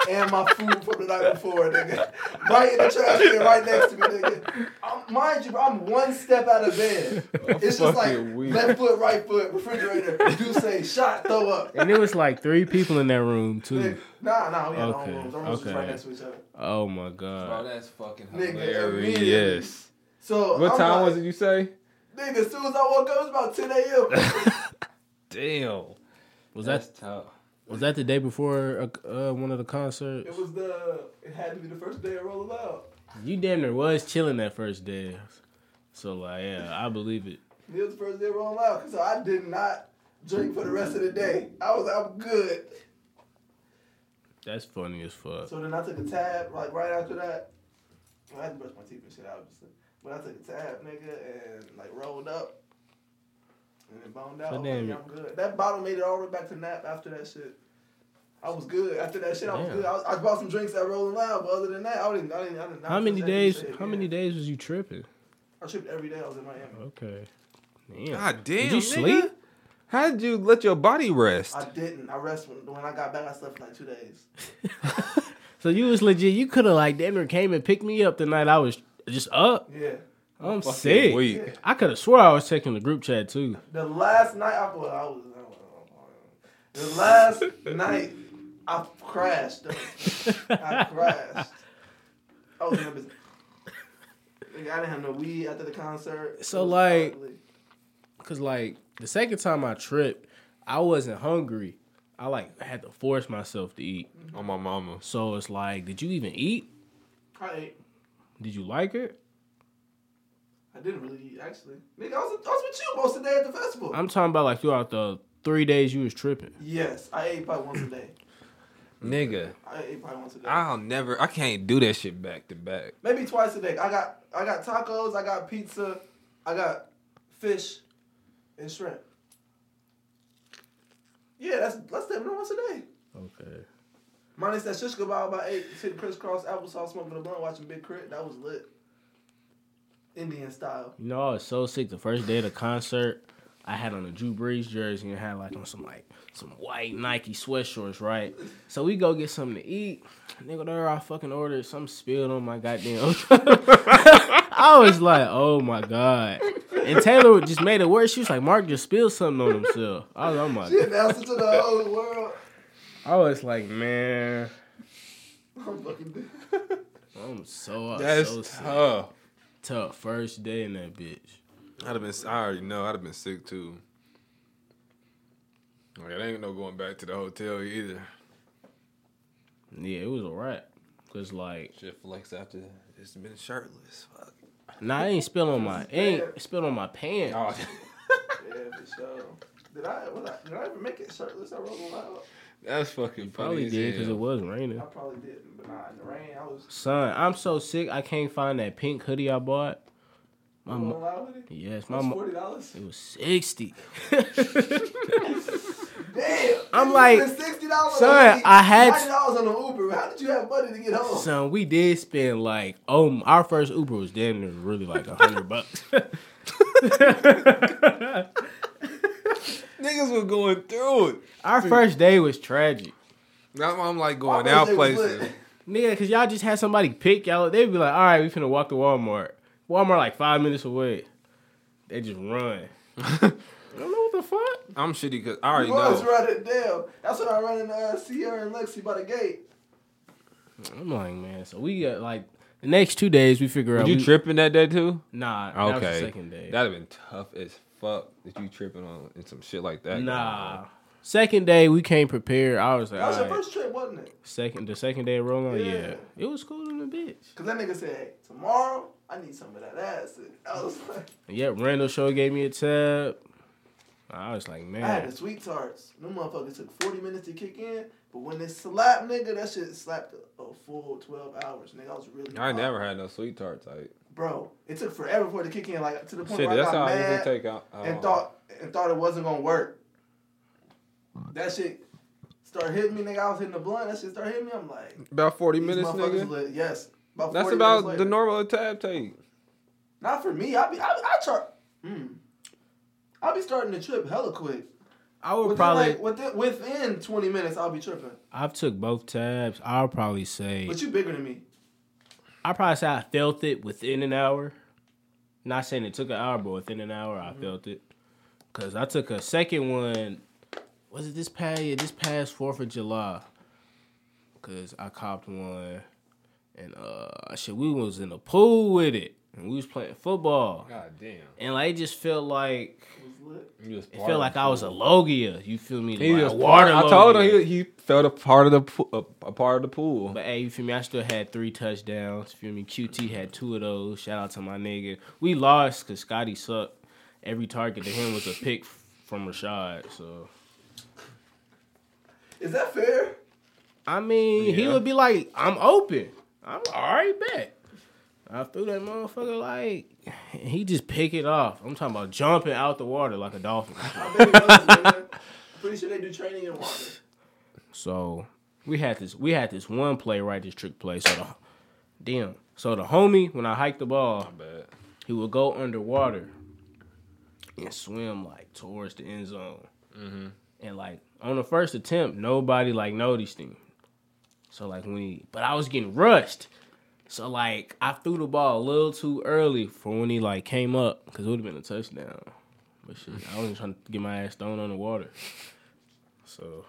and my food from the night before, nigga. Right in the trash can, right next to me, nigga. I'm, mind you, bro, I'm one step out of bed. It's just like Fucking weak. left foot, right foot, refrigerator, Douce, shot, throw up. <laughs> <laughs> And it was like three people in that room too. Nigga, Nah, nah, we had our own Okay, rooms. Our rooms was okay. right next to each other. Oh my Oh, god. that's fucking Nigga, hilarious. immediately. So What I'm time like, was it you say? Nigga, as soon as I woke up, it was about 10 a.m. Damn. <laughs> Was that tough. was that the day before uh, uh, one of the concerts? <laughs> it was the, it had to be the first day of Roll Loud. You damn near was chilling that first day. So like, yeah, I believe it. It was the first day of Roll Loud. So I did not drink for the rest of the day. I was, I'm good. That's funny as fuck. So then I took a tab, like right after that. I had to brush my teeth and shit, obviously. But I took a tab, nigga, and like rolled up. And then boned out. So damn Okay, you- I'm good. That bottle made it all the way back to nap after that shit. I was good. After that shit, I was Damn. good. I, was, I bought some drinks at Rolling Loud, but other than that, I didn't. I didn't. I didn't How many days? How many days was you tripping? I tripped every day. I was in Miami. Okay. Damn. God damn. Did you sleep? How did you let your body rest? I didn't. I rest when, when I got back. I slept for like two days. So you was legit. You could have like damn near came and picked me up the night I was just up. Yeah. I'm Fucking sick. weak. I could have swore I was checking the group chat too. The last night I well, I was. I was- The last night I crashed. though. I crashed. I was in that business. Nigga, I didn't have no weed after the concert. So, It was like- ugly. Cause like the second time I tripped, I wasn't hungry. I like had to force myself to eat. On my mama. So it's like, did you even eat? I ate. Did you like it? I didn't really eat actually. Nigga, I was, I was with you most of the day at the festival. I'm talking about like throughout the three days you was tripping. yes, I ate probably once a day. Nigga, I ate probably once a day. I'll never. I can't do that shit back to back. Maybe twice a day. I got I got tacos. I got pizza. I got fish and shrimp. Yeah, that's that's damn near once a day. Okay. Minus that shish kebab I ate, sitting crisscross applesauce, smoking a blunt, watching Big Crit. That was lit. <laughs> Indian style. You know, I was so sick the first day of the concert. I had on a Drew Brees jersey and had like on some like some white Nike sweatshorts, right? So we go get something to eat. Nigga, there I fucking ordered some spilled on my goddamn. <laughs> I was like, oh my god. And Taylor just made it worse. She was like, Mark just spilled something on himself. I was, I'm like, She announced it to the whole world. I was like, man, I'm fucking dead. <laughs> I'm so I was That's so sick. tough. tough. First day in that bitch. I'd have been. I already know. I'd have been sick too. Like, it ain't no going back to the hotel either. Yeah, it was a wrap. Cause like, Shit flex after it's been shirtless. Fuck. nah, I ain't spill on my, ain't spill on my pants. Oh, Yeah, for sure. Did I, was I, did I ever make it shirtless? I rolled loud. <laughs> that's fucking Probably did because it was I raining. probably didn't, but nah, in the rain, I was Son, I'm so sick. I can't find that pink hoodie I bought. My rolling mo- loud with it. yes, my That's mo- forty dollars. it was sixty. Damn. I'm you like, spent sixty dollars. son, I had- ninety dollars on an Uber. How did you have money to get home? Son, we did spend like oh, our first Uber was damn near really like a hundred bucks. <laughs> Niggas was going through it. our first day was tragic. Now I'm like My going out birthday was lit. places. Nigga, cause y'all just had somebody pick y'all. They'd be like, "All right, we finna walk to Walmart. Walmart like five minutes away." They just run. <laughs> I don't know what the fuck. I'm shitty because I already You was know. running down. That's when I ran into uh, Sierra and Lexi by the gate. I'm like, man. So we got like the next two days. We figure Were out. you we- tripping that day too? Nah. That was the Okay, second day. that'd have been tough as fuck if you tripping on and some shit like that. Nah. Second day we came prepared. I was like, That was all your right. first trip, wasn't it? Second, the second day of Roll On, yeah. Yeah. it was cool in the bitch. Cause that nigga said tomorrow I need some of that acid. I was <laughs> like, And yeah, Randall Show gave me a tab. I was like, I had man, the sweet tarts. Them motherfuckers took forty minutes to kick in, but when they slapped, nigga, that shit slapped a, a full twelve hours. Nigga, I was really. Going on. I hot. never had no sweet tarts. Like Bro, it took forever for it to kick in, like to the point shit, where I that's got how I mad. usually take out. and uh, thought and thought it wasn't gonna work. That shit started hitting me, nigga. I was hitting the blunt. That shit started hitting me. I'm like, about forty these minutes, motherfuckers nigga. Lit. Yes, about That's 40 about minutes the later. normal tab take. Not for me. I be I, I chart. Mm. I'll be starting to trip hella quick. I Oh, would Within, probably. like, within, within 20 minutes, I'll be tripping. I've took both tabs. I'll probably say. But you bigger than me. I probably say I felt it within an hour. Not saying it took an hour, but within an hour Mm-hmm. I felt it. Cause I took a second one. Was it this past? Yeah, this past Fourth of July. Cause I copped one, and uh, shit, we was in the pool with it, and we was playing football, God damn, and like it just felt like It was lit. you was it felt like I was a logia. You feel me? He Like, was a water. I told him logia. he, he felt a part of the pool, a, a part of the pool. But hey, you feel me? I still had three touchdowns. Feel me? QT had two of those. Shout out to my nigga. We lost because Scotty sucked. Every target to him was a pick from Rashad. So Is that fair? I mean, he Yeah. would be like, "I'm open. I'm already back." I threw that motherfucker like and he just pick it off. I'm talking about jumping out the water like a dolphin. I bet it was, <laughs> nigga. I'm pretty sure they do training in water. So we had this we had this one play right this trick play. So the, damn. So the homie when I hiked the ball. My bad. he would go underwater and swim like towards the end zone. And like on the first attempt, nobody like noticed him. So like when he, but I was getting rushed. So like I threw the ball a little too early for when he like came up because it would have been a touchdown. But shit, I wasn't trying to get my ass thrown on the water. So,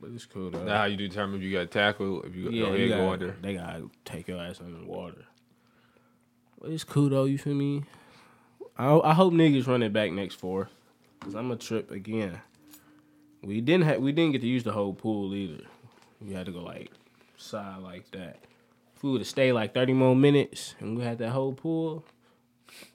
but it's cool though. Now how you determine if you got tackled, if you got yeah, your you head go gotta- under. they gotta take your ass under the water. But it's cool though. You feel me? I I hope niggas run it back next four, cause I'm a trip again. We didn't have we didn't get to use the whole pool either. We had to go like side like that. If we would have stayed like 30 more minutes and we had that whole pool,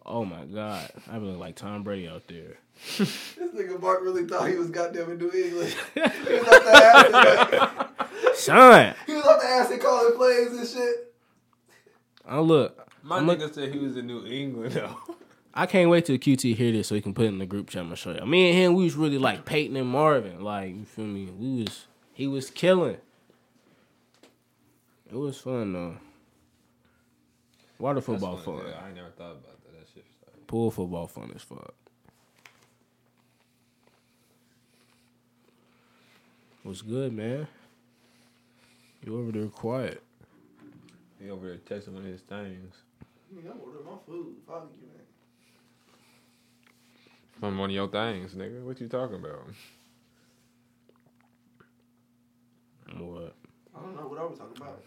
oh my god, I'd be looking like Tom Brady out there. This nigga Mark really thought he was goddamn in New England. <laughs> he was off the ass. and- Son, He was off the ass and calling plays and shit. I look. My I'm a- nigga said he was in New England though. I can't wait till QT hear this so he can put it in the group chat. I'm gonna show you. Me and him, we was really like Peyton and Marvin. Like you feel me? We was he was killing. It was fun though. Water football That's funny, fun. yeah, I ain't never thought about that. That shit. Pool football fun as fuck. What's good, man? You over there quiet? He over there texting one of his things Nigga, I'm ordering my food. Fuck you, man. from one of your things, nigga. What you talking about? What? I don't know what I was talking about.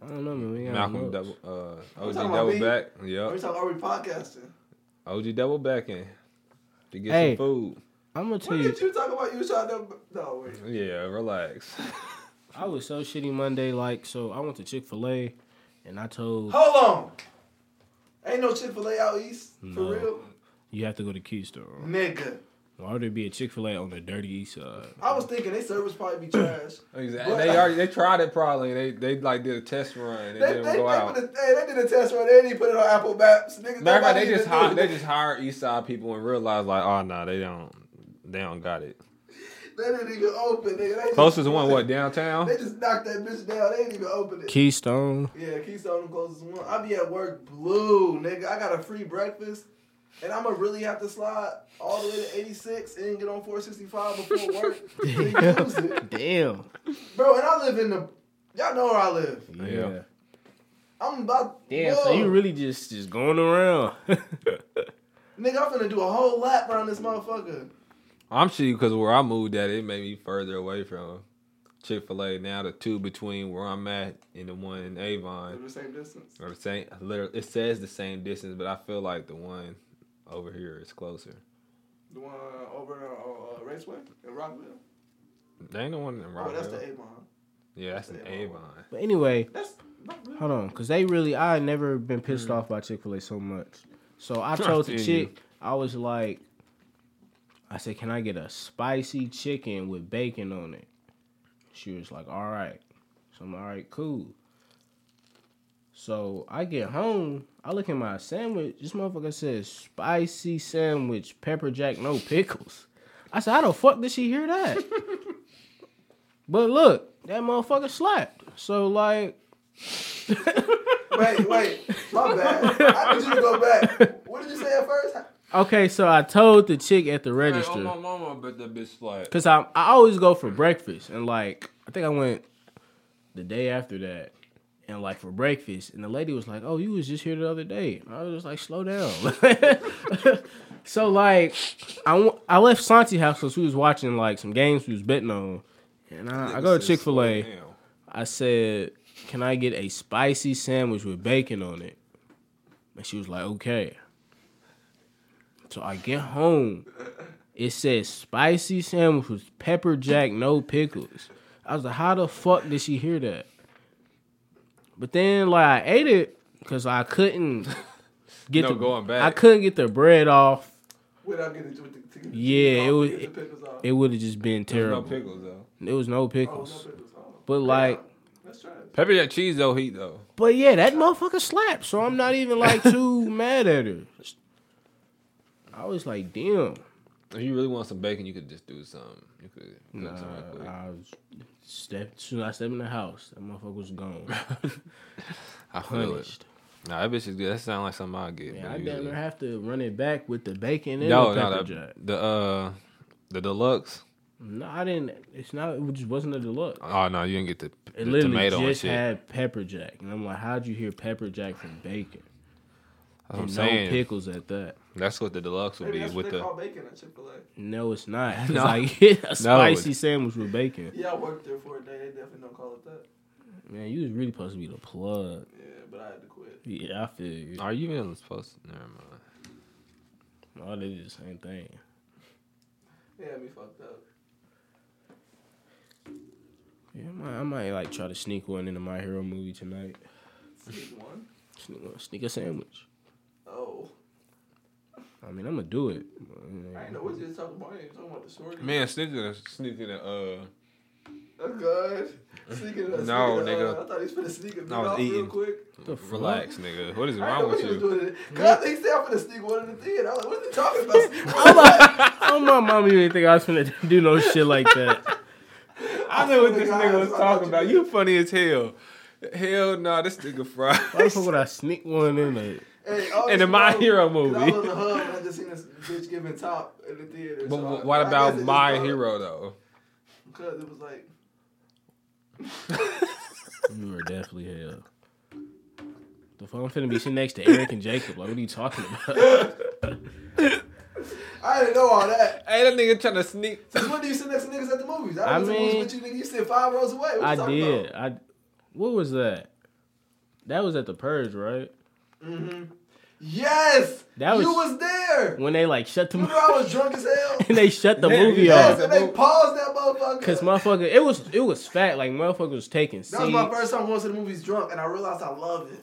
I don't know, man. We got Malcolm notes. double, uh, I'm OG talking about double me. back. Are we Yep. talking? Are we podcasting? OG double backing to get Hey. some food. I'm gonna tell What you, did you talk about? You was trying to? No wait. Yeah, <laughs> relax. I was so shitty Monday. Like, so I went to Chick Fil A, and I told Hold on. Ain't no Chick Fil A out east for No. real, you have to go to Key Store. nigga. Why would there be a Chick Fil A on the dirty east side? I was thinking they service probably be trash. Exactly. What? They already they tried it probably. They they like did a test run. They, They, they, didn't they, go out. put a- hey, they did a test run. They didn't even put it on Apple Maps. Niggas, Matter of fact, nobody they just even knew. hired, they just hired East Side people and realized like, oh no, they don't they don't got it. They didn't even open. Nigga. They just- Closest one what downtown? They just knocked that bitch down. They didn't even open it. Keystone. Yeah, Keystone the closest one. I be at work blue, nigga. I got a free breakfast, and I'ma really have to slide all the way to 86 and get on 465 before work. and use it. Damn. Bro, and I live in the. Y'all know where I live. Yeah. Yeah. I'm about. Damn. whoa. So you really just just going <laughs> around. Nigga, I'm finna do a whole lap around this motherfucker. I'm sure because where I moved at, it made me further away from Chick Fil A. Now the two between where I'm at and the one in They're Avon the same distance. are the same. Literally, it says the same distance, but I feel like the one over here is closer. The one over uh, uh, Raceway in Rockville. They ain't the one in Oh, Rockville. that's the Avon. yeah, that's that's in the Avon Avon. one. but anyway, That's Rockville. Hold on, cause they really I had never been pissed off by Chick Fil A so much. So I I told the feel you. chick, I was like, I said, "Can I get a spicy chicken with bacon on it?" She was like, "All right." So I'm all right, cool. So I get home, I look at my sandwich. This motherfucker says spicy sandwich, pepper jack, no pickles. I said, "How the fuck did she hear that?" but look, that motherfucker slapped. So like. <laughs> Wait, wait. My bad. I need you to go back. What did you say at first? Okay, so I told the chick at the register oh, mama, but that bitch like. because I I always go for breakfast and like I think I went the day after that and like for breakfast and the lady was like, "Oh, you was just here the other day." And I was just like, "Slow down." <laughs> so like I, w- I left Santi house because we was watching like some games we was betting on, and I, I go to Chick Fil A. I said, "Can I get a spicy sandwich with bacon on it?" And she was like, "Okay." So I get home. It says spicy sandwich with pepper jack, no pickles. I was like, "How the fuck did she hear that?" But then, like, I ate it because I couldn't <laughs> get No the going back. I couldn't get the bread off. Without getting to, to, to Yeah, it was- to get the pickles off. It would have just been There's no terrible. pickles though. There was no Oh, no pickles. pickles. Oh. But like, Let's try it. Pepper jack cheese though heat though. But yeah, that motherfucker slapped, so I'm not even <laughs> like too mad at her. I was like, damn. If you really want some bacon, you could just do something. You could cook Nah, something right quick. I was step soon as I stepped in the house, that motherfucker was <laughs> gone. I feel it. Punished. Nah, that bitch is good. That sounds like something I get. Yeah, man, I damn usually. near have to run it back with the bacon and No, the pepper no, the, jack. the uh, the deluxe. No, I didn't. It's not. It just wasn't a deluxe. Oh no, you didn't get the, It the literally tomato and just shit. had pepper jack, and I'm like, how'd you hear pepper jack from bacon? That's what I'm And saying. no pickles at that. That's what the deluxe would Maybe be that's what with they the. call bacon at Chick Fil A. No, it's <laughs> not. 'Cause No. I get <laughs> a spicy sandwich with bacon. Yeah, I worked there for a day. They definitely don't call it that. Man, you was really supposed to be the plug. Yeah, it, but I had to quit. Yeah, I feel you. Are you even supposed to? Never mind. All they do the same thing. They had me fucked up. Yeah, I might, I might like try to sneak one into my hero movie tonight. Sneak one. Sneak, one- sneak a sandwich. Oh, I mean, I'm gonna do it. I didn't know what you was talking about. You was talking about the shorty. Man, sneaking, sneaking, uh, Oh God. Sneaking. No, sneaking, nigga. Uh, I thought he was finna sneak a bit I was off real eating. quick. The fuck? relax, nigga. What is I didn't know wrong with he was you? doing it. Cause they said I'm finna sneak one in the theater. I was like, what are they talking <laughs> about? I'm like, oh my mom even think I was gonna do no shit like <laughs> that. I know what this nigga was talking about. You funny as hell. Hell nah, this nigga Why the fuck fried. would I sneak one <laughs> in there? hey, oh, I was In the My broke, Hero 'cause I movie. was in the hub and I just seen this bitch giving top in the theater. But so I- wh- what I guess it about just my started- hero though? Because it was like, You were definitely hell. The fuck I'm finna be sitting next to Eric and Jacob. Like, what are you talking <laughs> about? I didn't know all that. Hey, that nigga trying to sneak. Since when do you sit next to niggas at the movies? I I, was at the mean, movies with you, nigga. You sit five rows away. What you I talking did. About? I. What was that? That was at the purge, right? Mm-hmm. Yes, That was- you <laughs> was there. When they like shut the <laughs> Remember, mo- I was drunk <laughs> as hell. and they shut the Yeah, movie yeah. yes, off. and they paused that motherfucker. Cause motherfucker, it was it was fat. Like motherfucker was taking that was my seats. first time going to the movies drunk, and I realized I loved it.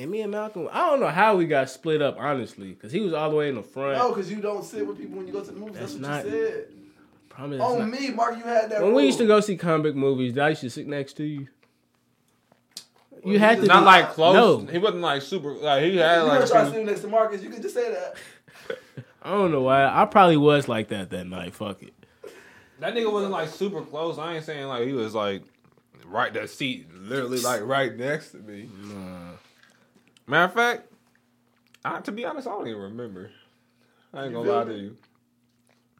And me and Malcolm, I don't know how we got split up honestly, cause he was all the way in the front. No, because Oh, you don't sit with people when you go to the movies. That's, That's not- what you said. Promise that's On not- me, Mark, you had that. When we rule. used to go see comic book movies, I used to sit next to you. Well, You had you to just- Not be- like close. No. He wasn't like super. Like he you had were like. trying to sit next to Marcus. You could just say that. I don't know why. I probably was like that that night. Fuck it. That nigga wasn't like super close. I ain't saying like he was like right that seat, literally like right next to me. Nah. Matter of fact, I, to be honest, I don't even remember. I ain't gonna lie to you.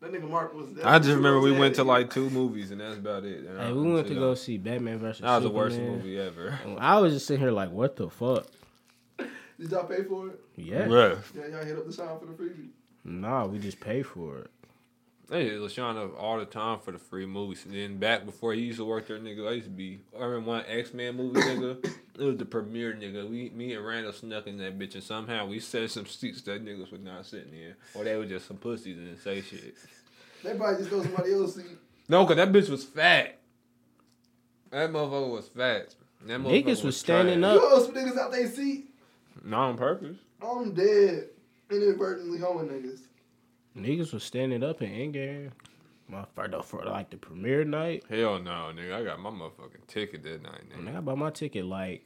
That nigga Mark was. There. I just remember we went to like two movies and that's about it. And I- Hey, we went to you go know, see Batman versus. That was the worst Superman. movie ever. I was just sitting here like, what the fuck? Did y'all pay for it? Yeah. Bruh. Yeah, y'all hit up the shop for the freebie. Nah, we just paid for it. They hit LaShawn up all the time for the free movies. And then back before he used to work there, nigga, I used to be I remember one X Men movie, nigga. It was the premiere, nigga. We, me and Randall snuck in that bitch, and somehow we set some seats that niggas was not sitting in, or they were just some pussies and didn't say shit. They probably just go to somebody else's seat. <laughs> No, cause that bitch was fat. That motherfucker was fat. That motherfucker Niggas was standing trash. You know some niggas out they seat. Not on purpose. I'm dead. Inadvertently hoeing niggas. Niggas was standing up in Endgame. My for the for like the premiere night. Hell no, nigga. I got my motherfucking ticket that night, nigga. And I bought my ticket like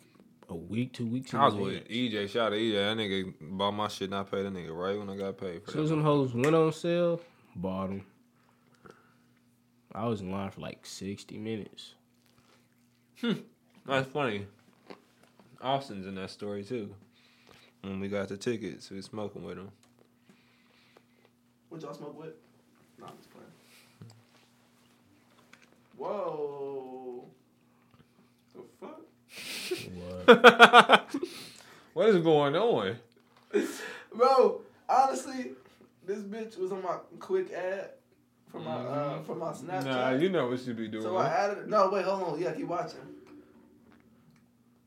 a week, two weeks. in I was advance. with E EJ. Shout out to EJ. That nigga bought my shit and I paid that nigga right when I got paid for So that. some hoes went on sale, bought them. I was in line for like sixty minutes. That's funny. Austin's in that story too. When we got the tickets, we smoking with him. What y'all smoke with? Nah, I'm just playing. Whoa. The fuck? What? <laughs> What is going on? Bro, honestly, this bitch was on my quick ad for my uh for my Snapchat. Mm-hmm. Nah, you know what you be doing. so I added it. No, wait, hold on. Yeah, keep watching.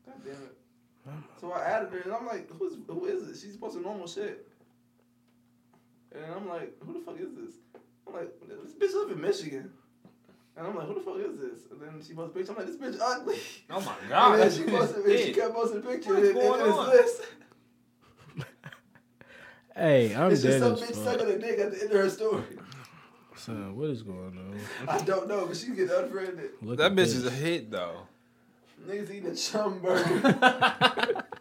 God damn it. So I added her and I'm like, who's who is it? She's posting normal shit. And I'm like, who the fuck is this? I'm like, this bitch live in Michigan. And I'm like, who the fuck is this? And then she posted a picture. I'm like, this bitch <laughs> ugly. <laughs> oh my and god, then that's she posted, and she kept posting pictures. What's and, going and it's on? this. hey, I'm It's just dead some as bitch fuck. sucking a dick at the end of her story. Son, what is going on? I don't know, but she get unfriended. Look that at bitch this. is <laughs> a hit though. Niggas eating a chum burger. <laughs>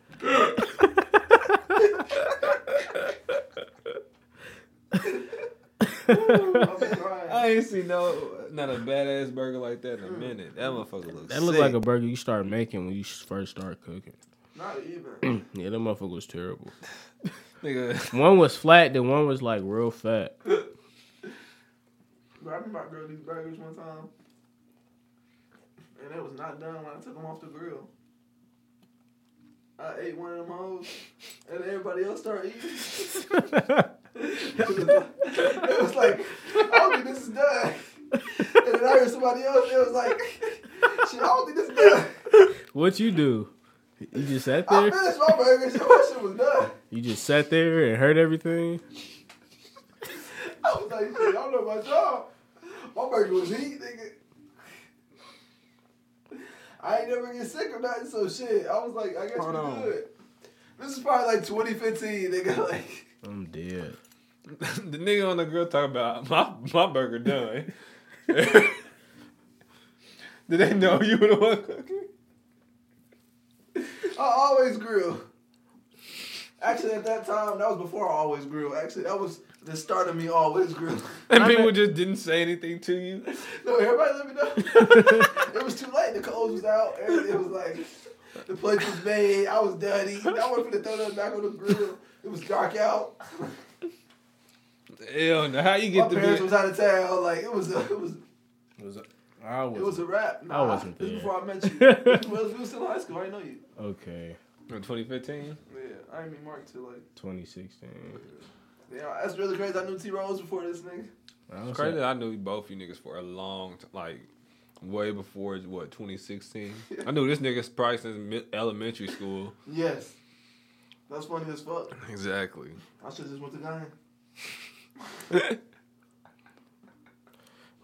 I've been crying. I ain't seen no not a badass burger like that in Mm. a minute. That motherfucker looks. <laughs> That looked like a burger you start making when you first start cooking. Not even. Mm, Yeah, that motherfucker was terrible. nigga. <laughs> One was flat, then one was like real fat. <laughs> Bro, I remember I grilled these burgers one time, and it was not done when I took them off the grill. I ate one of them hoes, and everybody else started eating. it was like, I don't think this is done. And then I heard somebody else, it was like, shit, I don't think this is done. What you do? You just sat I there. finished my burgers. My shit was done. You just sat there and heard everything. I was like, shit, I don't know my job. My burger was heat, nigga. I ain't never get sick or nothing, so shit. I was like, I guess Hold we on. good. This is probably like 2015, nigga. <laughs> Like, I'm dead. the nigga on the grill talk about my my burger <laughs> done. Did they know you were the one cooking? I always grill. Actually, at that time, that was before I always grill. Actually, that was the start of me always grill. <laughs> And I people mean- just didn't say anything to you. <laughs> no, everybody let me know. <laughs> It was too late. The clothes was out. Everything it was like the plate was made. I was done eating. I wasn't finna throw nothing back on the grill. It was dark out. Ew, now how you My get to parents be? was out of town. Like it was, a, it was, Was I it was a wrap. Nah, wasn't This there. was before I <laughs> met you. This was, we was still in high school. I didn't know you. okay. 2015. Yeah, I didn't meet Mark till like. 2016. Yeah, that's really crazy. I knew T Rose before this nigga. I It's was crazy. like- that I knew both you niggas for a long, t- like, way before what 2016. I knew this nigga's probably since mi- elementary school. <laughs> Yes, that's funny as fuck. Exactly. I should just went to Guyana.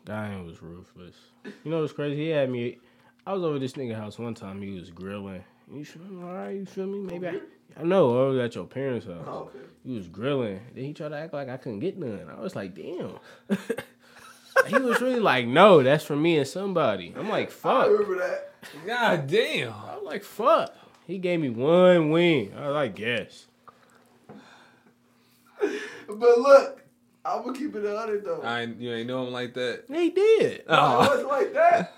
Diane was ruthless. You know what's crazy? He had me. I was over at this nigga house one time. He was grilling. You feel me? All right, you feel me? Maybe I. I know. I was at your parents' house. Oh, <laughs> okay. He was grilling. Then he tried to act like I couldn't get none. I was like, damn. <laughs> he was really like, no, that's for me and somebody. I'm like, I fuck. remember that. God damn. I was like, fuck. He gave me one wing. I was like, yes. But look, I'm gonna keep it a hundred though. I ain't- you ain't know him like that. He did. No, it Oh. wasn't like that.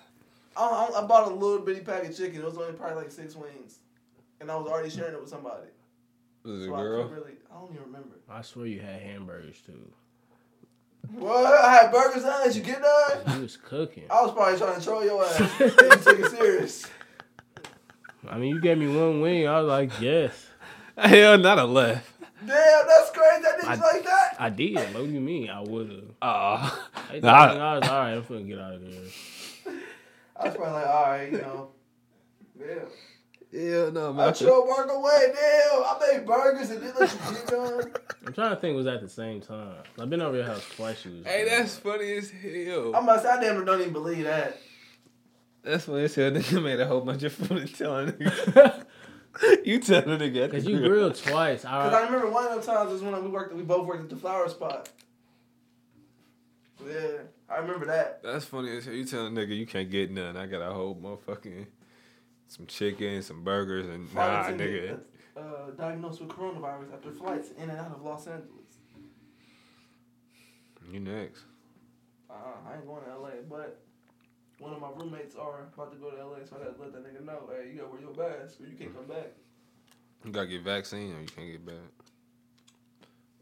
I, I, I bought a little bitty pack of chicken. It was only probably like six wings, and I was already sharing it with somebody. Was it a So I couldn't girl? really. I don't even remember. I swear you had hamburgers too. What? I had burgers on. Did you get that? He was cooking. I was probably trying to troll your ass. You didn't take it serious. I mean, you gave me one wing. I was like, yes. <laughs> Hell, not a left. Damn, that's crazy. That didn't I- you like that. I did. What do you mean? I would have. Oh. I, Nah, I- I was all right. I'm finna get out of there. I was probably like, all right, you know. Yeah. Yeah, <laughs> no, I throw Mark away, damn. I made burgers and didn't let you get done. I'm trying to think. Was at the same time. I've been over your house twice. She was. Hey, that's funny as hell. I'm about to say, I damn near don't even believe that. that's funny as hell. <laughs> Nigga made a whole bunch of food and telling nigga. <laughs> you telling nigga. at the Cause you grill. grilled twice. I, <laughs> Because I remember one of them times was when we worked, we both worked at the flower spot. Yeah, I remember that. That's funny as hell. You telling nigga you can't get none. I got a whole motherfucking some chicken, some burgers, and nah, Florence ended nigga. up, Uh, diagnosed with coronavirus after flights in and out of Los Angeles. You next. Uh, I ain't going to LA, but one of my roommates are about to go to LA, so I gotta let that nigga know, hey, you gotta wear your mask or you can't come back. You gotta get vaccine or you can't get back.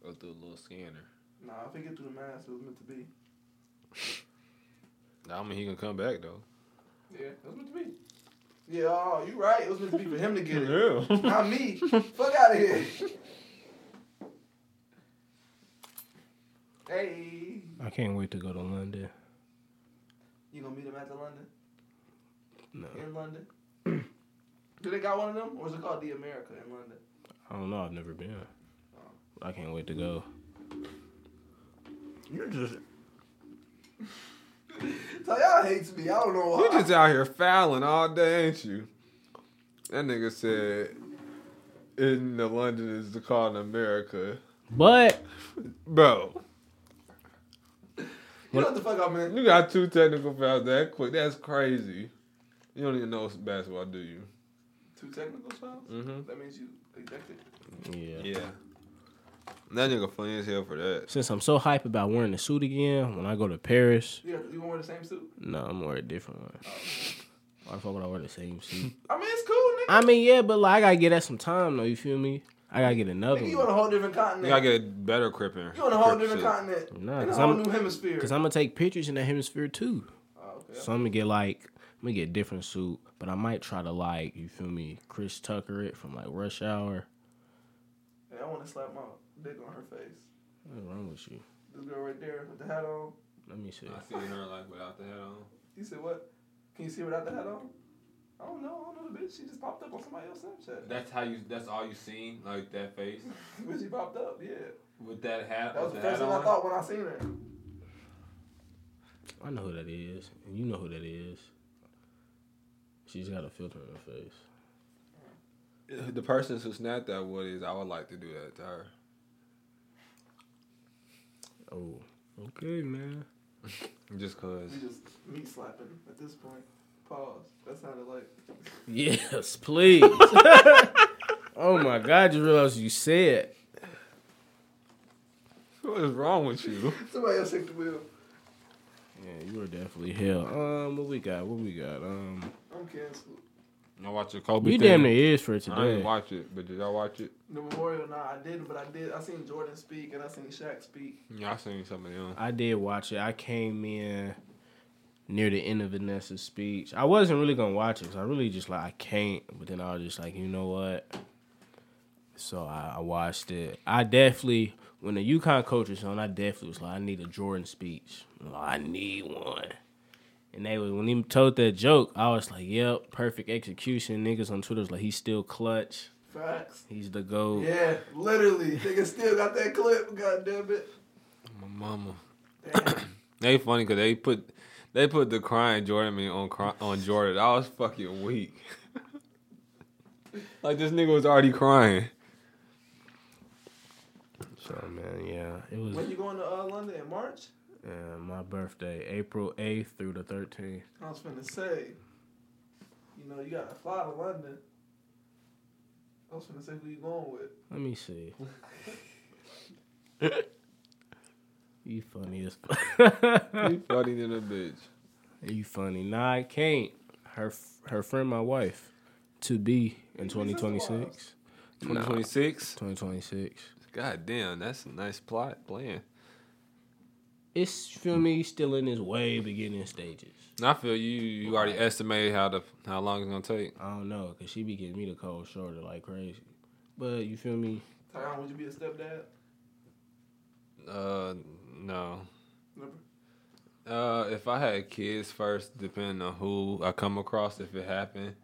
Go through a little scanner. Nah, if he get through the mask, it was meant to be. Nah, I mean he gonna come back though. Yeah, it was meant to be. Yeah, oh, you right. It was meant to be for him to <laughs> get it. Yeah. Not me. Fuck out of here. Hey. I can't wait to go to London. You gonna meet him after London? No, In London? Do they got one of them? Or is it called The America in London? I don't know. I've never been. I can't wait to go. You're just <laughs> So y'all hates me. I don't know why. You just out here fouling all day, ain't you? That nigga said, "In the London is the call in America, But bro." you know what the fuck I meant. You got two technical fouls that quick. That's crazy. You don't even know basketball, do you? Two technical fouls? Mm-hmm. That means you ejected. yeah. Yeah. That nigga funny as hell for that. Since I'm so hype about wearing the suit again, when I go to Paris, You, got, you gonna wear the same suit? no, I'm gonna wear a different one. Why the fuck would I wear the same suit? I mean, it's cool, nigga. I mean, yeah, but like I gotta get that some time though. You feel me? I gotta get another Nigga, you on one. a whole different You continent. gotta get a better cripping. you on a whole different continent. Nah, in a cause whole I'm new hemisphere. cause I'm gonna take pictures in the hemisphere too. oh, okay. So I'm gonna get like I'm gonna get a different suit, but I might try to like you feel me, Chris Tucker it from like Rush Hour. Hey, I want to slap my dick on her face. What's wrong with you? This girl right there with the hat on. Let me see. seen her like without the hat on. You said what? Can you see her without the hat on? I don't know. I don't know the bitch. She just popped up on somebody else's Snapchat. <laughs> That's how you. That's all you seen, like that face when she popped up, yeah. with that hat. That was with the the first hat thing I on. thought when I seen her. I know who that is, and you know who that is. She's got a filter in her face. The person who snapped that would is. I would like to do that to her. Oh, okay, man. Just cause. We just meat slapping at this point. Pause. That sounded like Yes, <laughs> please. oh my God! You realize you said. What is wrong with you? somebody else took the wheel. Yeah, you were definitely hell. Um, what we got? What we got? Um, I'm canceled. I watch your Kobe. we thing. damn near is for I didn't today. watch it, but did y'all watch it? The memorial, nah, I didn't, but I did. I seen Jordan speak and I seen Shaq speak. Yeah, I seen something else. I did watch it. I came in near the end of Vanessa's speech. I wasn't really gonna watch it 'cause I really just like I can't. But then I was just like, you know what? So I, I watched it. I definitely when the UConn coach was on, I definitely was like, I need a Jordan speech. I need one. And they was when he told that joke, I was like, Yep, perfect execution. Niggas on Twitter was like, he's still clutch. Facts. He's the goat. Yeah, literally. Nigga still got that clip. God damn it. My mama. Damn. They funny because they put they put the crying Jordan man on cry, on Jordan. I was fucking weak. <laughs> like this nigga was already crying. So man, yeah, it was. when you going to uh, London in March? Yeah, my birthday, April 8th through the 13th. I was finna say, you know, you gotta fly to London. I was finna say who you going with. Let me see. <laughs> you funny as He fu- <laughs> funny than a bitch. You funny. Nah, I can't. Her f- her friend, my wife, to be in You mean 2026. Twenty twenty six. 2026. God damn, that's a nice plot plan. It's, feel me, still in its way beginning stages. I feel you. You already estimated how the how long it's gonna take. I don't know, because she be getting me the cold shoulder like crazy. But you feel me? Tyrone, would you be a stepdad? Uh, no. Never. Uh, if I had kids first, depending on who I come across, if it happened,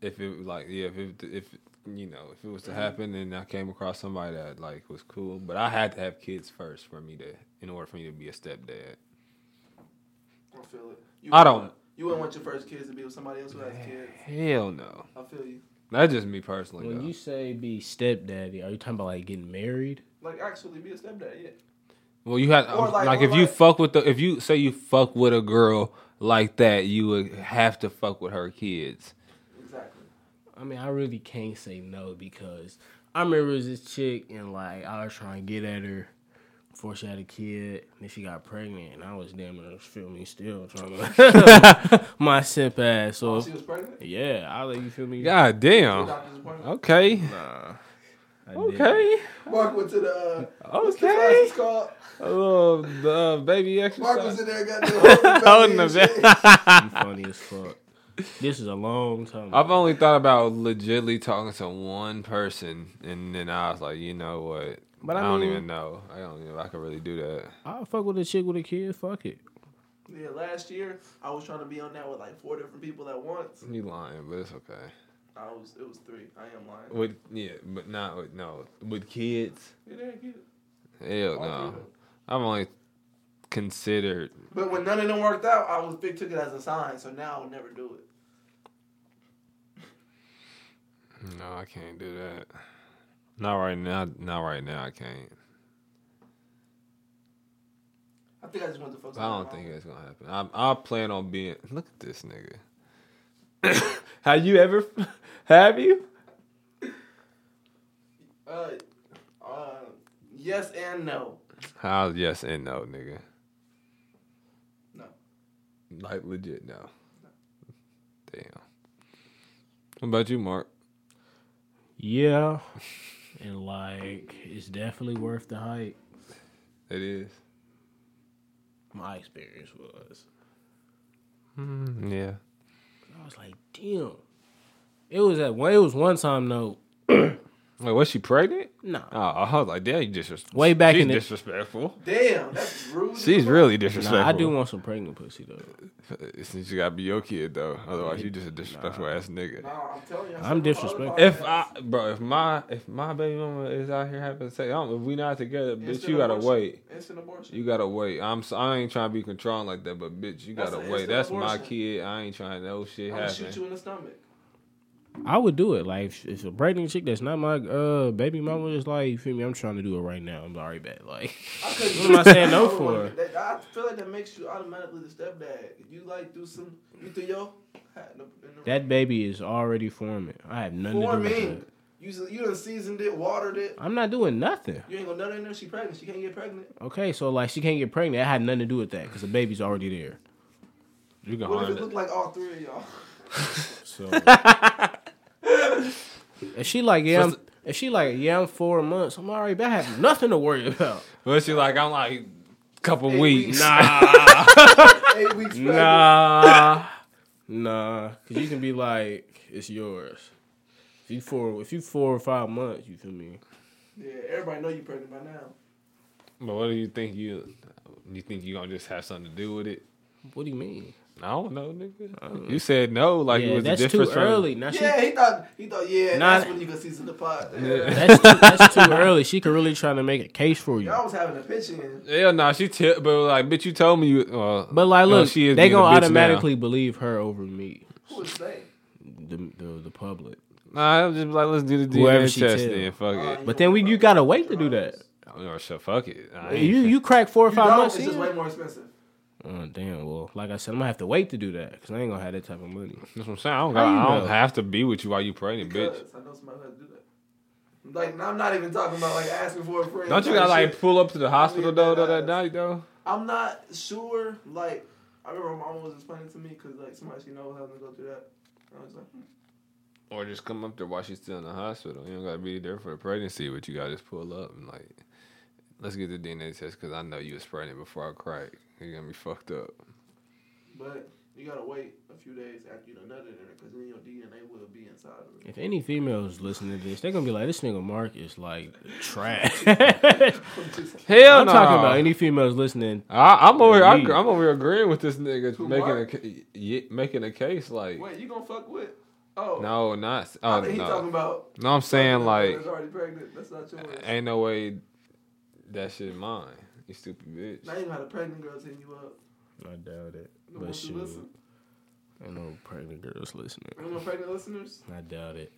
if it like yeah, if it, if you know if it was to happen, and I came across somebody that like was cool, but I had to have kids first for me to in order for me to be a stepdad. I feel it. You I wouldn't- don't. You wouldn't want your first kids to be with somebody else who has kids. Hell no. I feel you. That's just me personally. When though. you say be stepdaddy, are you talking about like getting married? Like actually be a stepdad, yeah. Well, you had Or, like, like, if or, you like- fuck with the if you say you fuck with a girl like that, you would have to fuck with her kids. Exactly. I mean, I really can't say no because I remember it was this chick and like I was trying to get at her before she had a kid. And then she got pregnant, and I was damn near feel me still trying to <laughs> my simp ass. So She was pregnant. yeah, I let you feel me. God The damn. doctor's appointment. Okay. Nah. I didn't. Okay. Mark went to the. Uh, what's the Okay. class called? A little uh, baby Mark was <laughs> exercise. in there, got the Holding the back. You funny as fuck. This is a long time. I've ago. only thought about legitly talking to one person, and then I was like, you know what? But I, I don't mean- even know. I don't even know if I could really do that. I'll fuck with a chick with a kid. Fuck it. Yeah, last year I was trying to be on that with like four different people at once. You lying, but it's okay. I was. It was three. I am lying. With yeah, but not with no with kids. It ain't cute. Hell All no. three of them. I've only considered But when none of them worked out, I was big took it as a sign. So now I would never do it. No, I can't do that. Not right now. Not right now. I can't. I think I just went to fuck. I don't somebody think wrong. that's gonna happen. I I plan on being. Look at this nigga. <coughs> have you ever? <laughs> Have you? Uh, uh, yes and no. How? Yes and no, nigga. No. Like legit no. Damn. What about you, Mark? Yeah. And like, it's definitely worth the hype. It is. My experience was. Mm, yeah. I was like, damn. It was at one. It was one time though. Wait, was she pregnant? No. Oh, I was like, damn, you disrespectful. Way back She's in the- disrespectful. Damn, that's rude. She's really disrespectful. Nah, I do want some pregnant pussy though. Since you gotta be your kid though, otherwise you just a disrespectful ass nigga. Nah, I'm telling you. I'm disrespectful. If I, bro, if my if my baby mama is out here having sex, I don't- if we not together, bitch, Instant you gotta abortion. wait. Instant abortion. You gotta wait. I'm s- I ain't trying to be controlling like that, but bitch, you That's gotta an wait. instant That's my abortion. kid. I ain't trying to know shit I'm gonna shoot happen. you in the stomach. I would do it. Like if, if a pregnant chick that's not my uh baby mama is like, you feel me? I'm trying to do it right now. I'm sorry, bad. Like I couldn't What do am I that. saying no I wouldn't wanna for? do that. I feel like that makes you automatically the stepdad. You like do some. You threw your hat in the. In the <laughs> that baby is already forming. I have nothing Forming. to do with that. You s- you done seasoned it, watered it. I'm not doing nothing. You ain't gonna nut in there. She pregnant. She can't get pregnant. Okay, so like she can't get pregnant. I had nothing to do with that because the baby's already there. You can What if harm it it. looked like all three of y'all? So if she like yeah, I'm, if she like yeah, I'm four months. I'm already back. I have nothing to worry about. But she like, I'm like, <laughs> couple Eight weeks. weeks. Nah, Eight weeks pregnant. nah. Nah, because you can be like it's yours. If you four, if you four or five months, you feel me? Yeah, everybody know you pregnant by now. But what do you think you? You think you gonna just have something to do with it? What do you mean? I don't know, nigga. You said no, like it yeah, was that's a too difference. from- early. Now she, Yeah, he thought he thought yeah. Nah. that's when you could season the pot. that's too, that's too early. She could really try to make a case for you. Y'all was having a pitch in. Hell nah, she t- but like, bitch, you told me you. Uh, But like, no, look, she is they being a gonna bitch now. automatically believe her over me, Who would say? the the, the public. Nah, I'm just be like, let's do the DNA Whoever she test tell. then. Fuck Uh, it. But then we, you gotta wait to do that. Or shit, fuck it. I ain't- You you crack four or You five don't, months it's just in. way more expensive. Oh damn! Well, like I said, I'm gonna have to wait to do that because I ain't gonna have that type of money. That's what I'm saying. I don't, How got, you I know? don't have to be with you while you pregnant, Because bitch. I know somebody had to do that. Like I'm not even talking about like asking for a friend. Don't you gotta like shit. pull up to the hospital Yeah, though, that though that ass. night though? I'm not sure. Like I remember my mom was explaining to me because like somebody she knows having to go through that. And I was like, hmm. Or just come up there while she's still in the hospital. You don't gotta be there for the pregnancy, but you gotta just pull up and like, let's get the DNA test because I know you was pregnant before I cracked. You're gonna be fucked up. but you gotta wait a few days after you done nutted in it because then your DNA will be inside of <laughs> it. If any females listen to this, they're gonna be like, "This nigga Mark is like trash." <laughs> I'm I'm just kidding. Hell no. talking about any females listening. I, I'm over. I, Weed. I'm over here agreeing with this nigga Who, making a Mark? ca- ye- making a case like Wait, you gonna fuck with? Oh, no, not I oh think he talking no. about No, I'm saying like That's already pregnant. That's not yours. ain't no way that shit mine. You stupid bitch. Now you know how the pregnant girls hitting you up. I doubt it. The But ones who shoot, listen. ain't no pregnant girls listening. Ain't no pregnant listeners. I doubt it.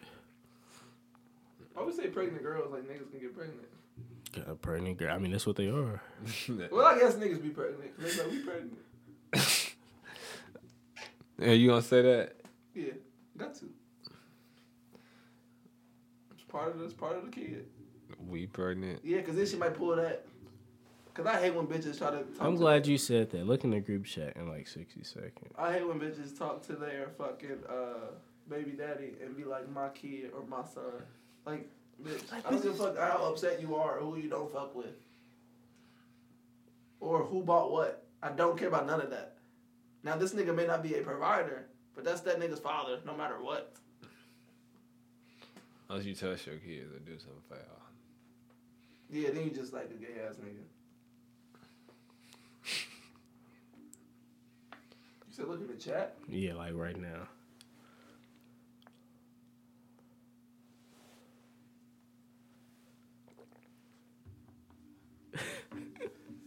I would say pregnant girls like niggas can get pregnant. Got A uh, pregnant girl. I mean, that's what they are. <laughs> Well, I guess niggas be pregnant. 'cause They like we pregnant. Yeah, you gonna say that? Yeah, got to. It's part of the- it's part of the kid. We pregnant? Yeah, cause then she might pull that. Cause I hate when bitches try to. Talk I'm to glad you said that. Look in the group chat in like 60 seconds. I hate when bitches talk to their fucking uh, baby daddy and be like my kid or my son. Like, bitch, I don't give a fuck how upset you are or who you don't fuck with. Or who bought what. I don't care about none of that. Now, this nigga may not be a provider, but that's that nigga's father no matter what. Unless you touch your kids or do something foul. Yeah, then you just like the gay ass nigga. You said look in the chat? Yeah, like right now.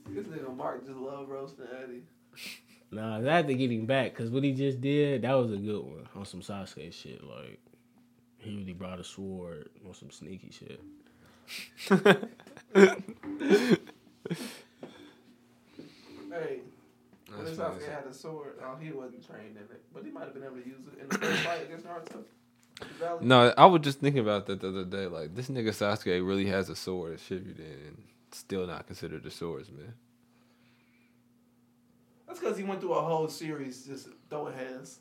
This nigga Mark just love roasting Eddie. Nah, I had to get him back because what he just did, that was a good one on some Sasuke shit. Like, he really brought a sword on some sneaky shit. Hey. Well, That's this what I Sasuke said. had a sword. Oh, he wasn't trained in it, but he might have been able to use it in the first fight <coughs> against Naruto. Valley. No, I was just thinking about that the other day. Like this nigga Sasuke really has a sword at Shippuden, and still not considered a swordsman. That's because he went through a whole series just throwing hands.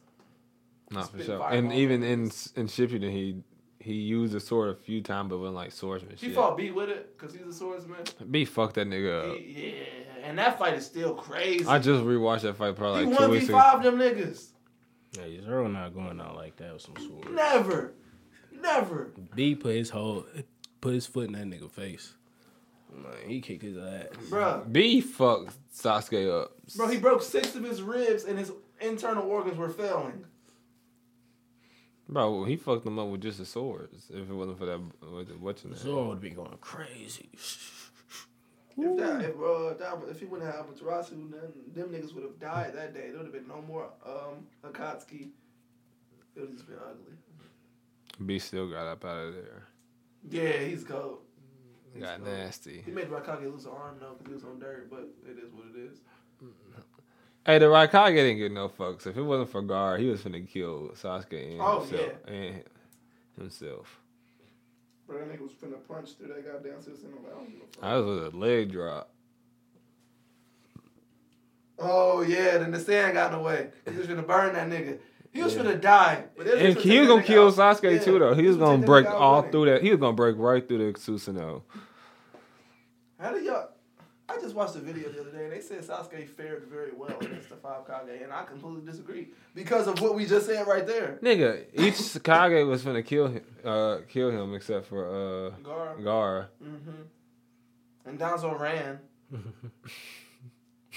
Not for Spit sure. fireball And even in in Shippuden, he he used a sword a few times, but wasn't like swordsman. He shit. fought B with it because he's a swordsman. B fucked that nigga up. He- yeah, and that fight is still crazy. Uh. I just rewatched that fight probably he like one two v weeks ago. five them niggas. Hey, Zero not going out like that with some sword. Never, never. B put his whole put his foot in that nigga face. Like, he kicked his ass. Bruh. B fucked Sasuke up. Bro, he broke six of his ribs and his internal organs were failing. Bro, he fucked him up with just his swords. If it wasn't for that, what- what's in there? Zoro would be going crazy. If that, if, uh, that, if he wouldn't have Amaterasu, then them niggas would have died that day. There would have been no more um Akatsuki. It would have just been ugly. B still got up out of there. Yeah, he's cold. Got nasty. He made Rakage lose an arm though, because he was on dirt. But it is what it is. Hey, the Raikage didn't get no fucks. If it wasn't for Gar, he was finna kill Sasuke and Oh, himself. And himself. Bro, that nigga was finna punch through that goddamn system. I'm like, I don't give a fuck. That was a leg drop. Oh yeah, then the sand got in the way. He was finna burn that nigga. He was Yeah. finna die. But they was And finna he take was that gonna nigga kill out. Sasuke Yeah. too, though. He was finna gonna take that break nigga out all running. through that. He was gonna break right through the Susanoo. How do y'all? I just watched a video the other day, and they said Sasuke fared very well against the five Kage, and I completely disagree because of what we just said right there. Nigga, each <laughs> Kage was finna kill him, uh, kill him except for Gar. uh, Gar. Mm-hmm. And Donzo <laughs> ran.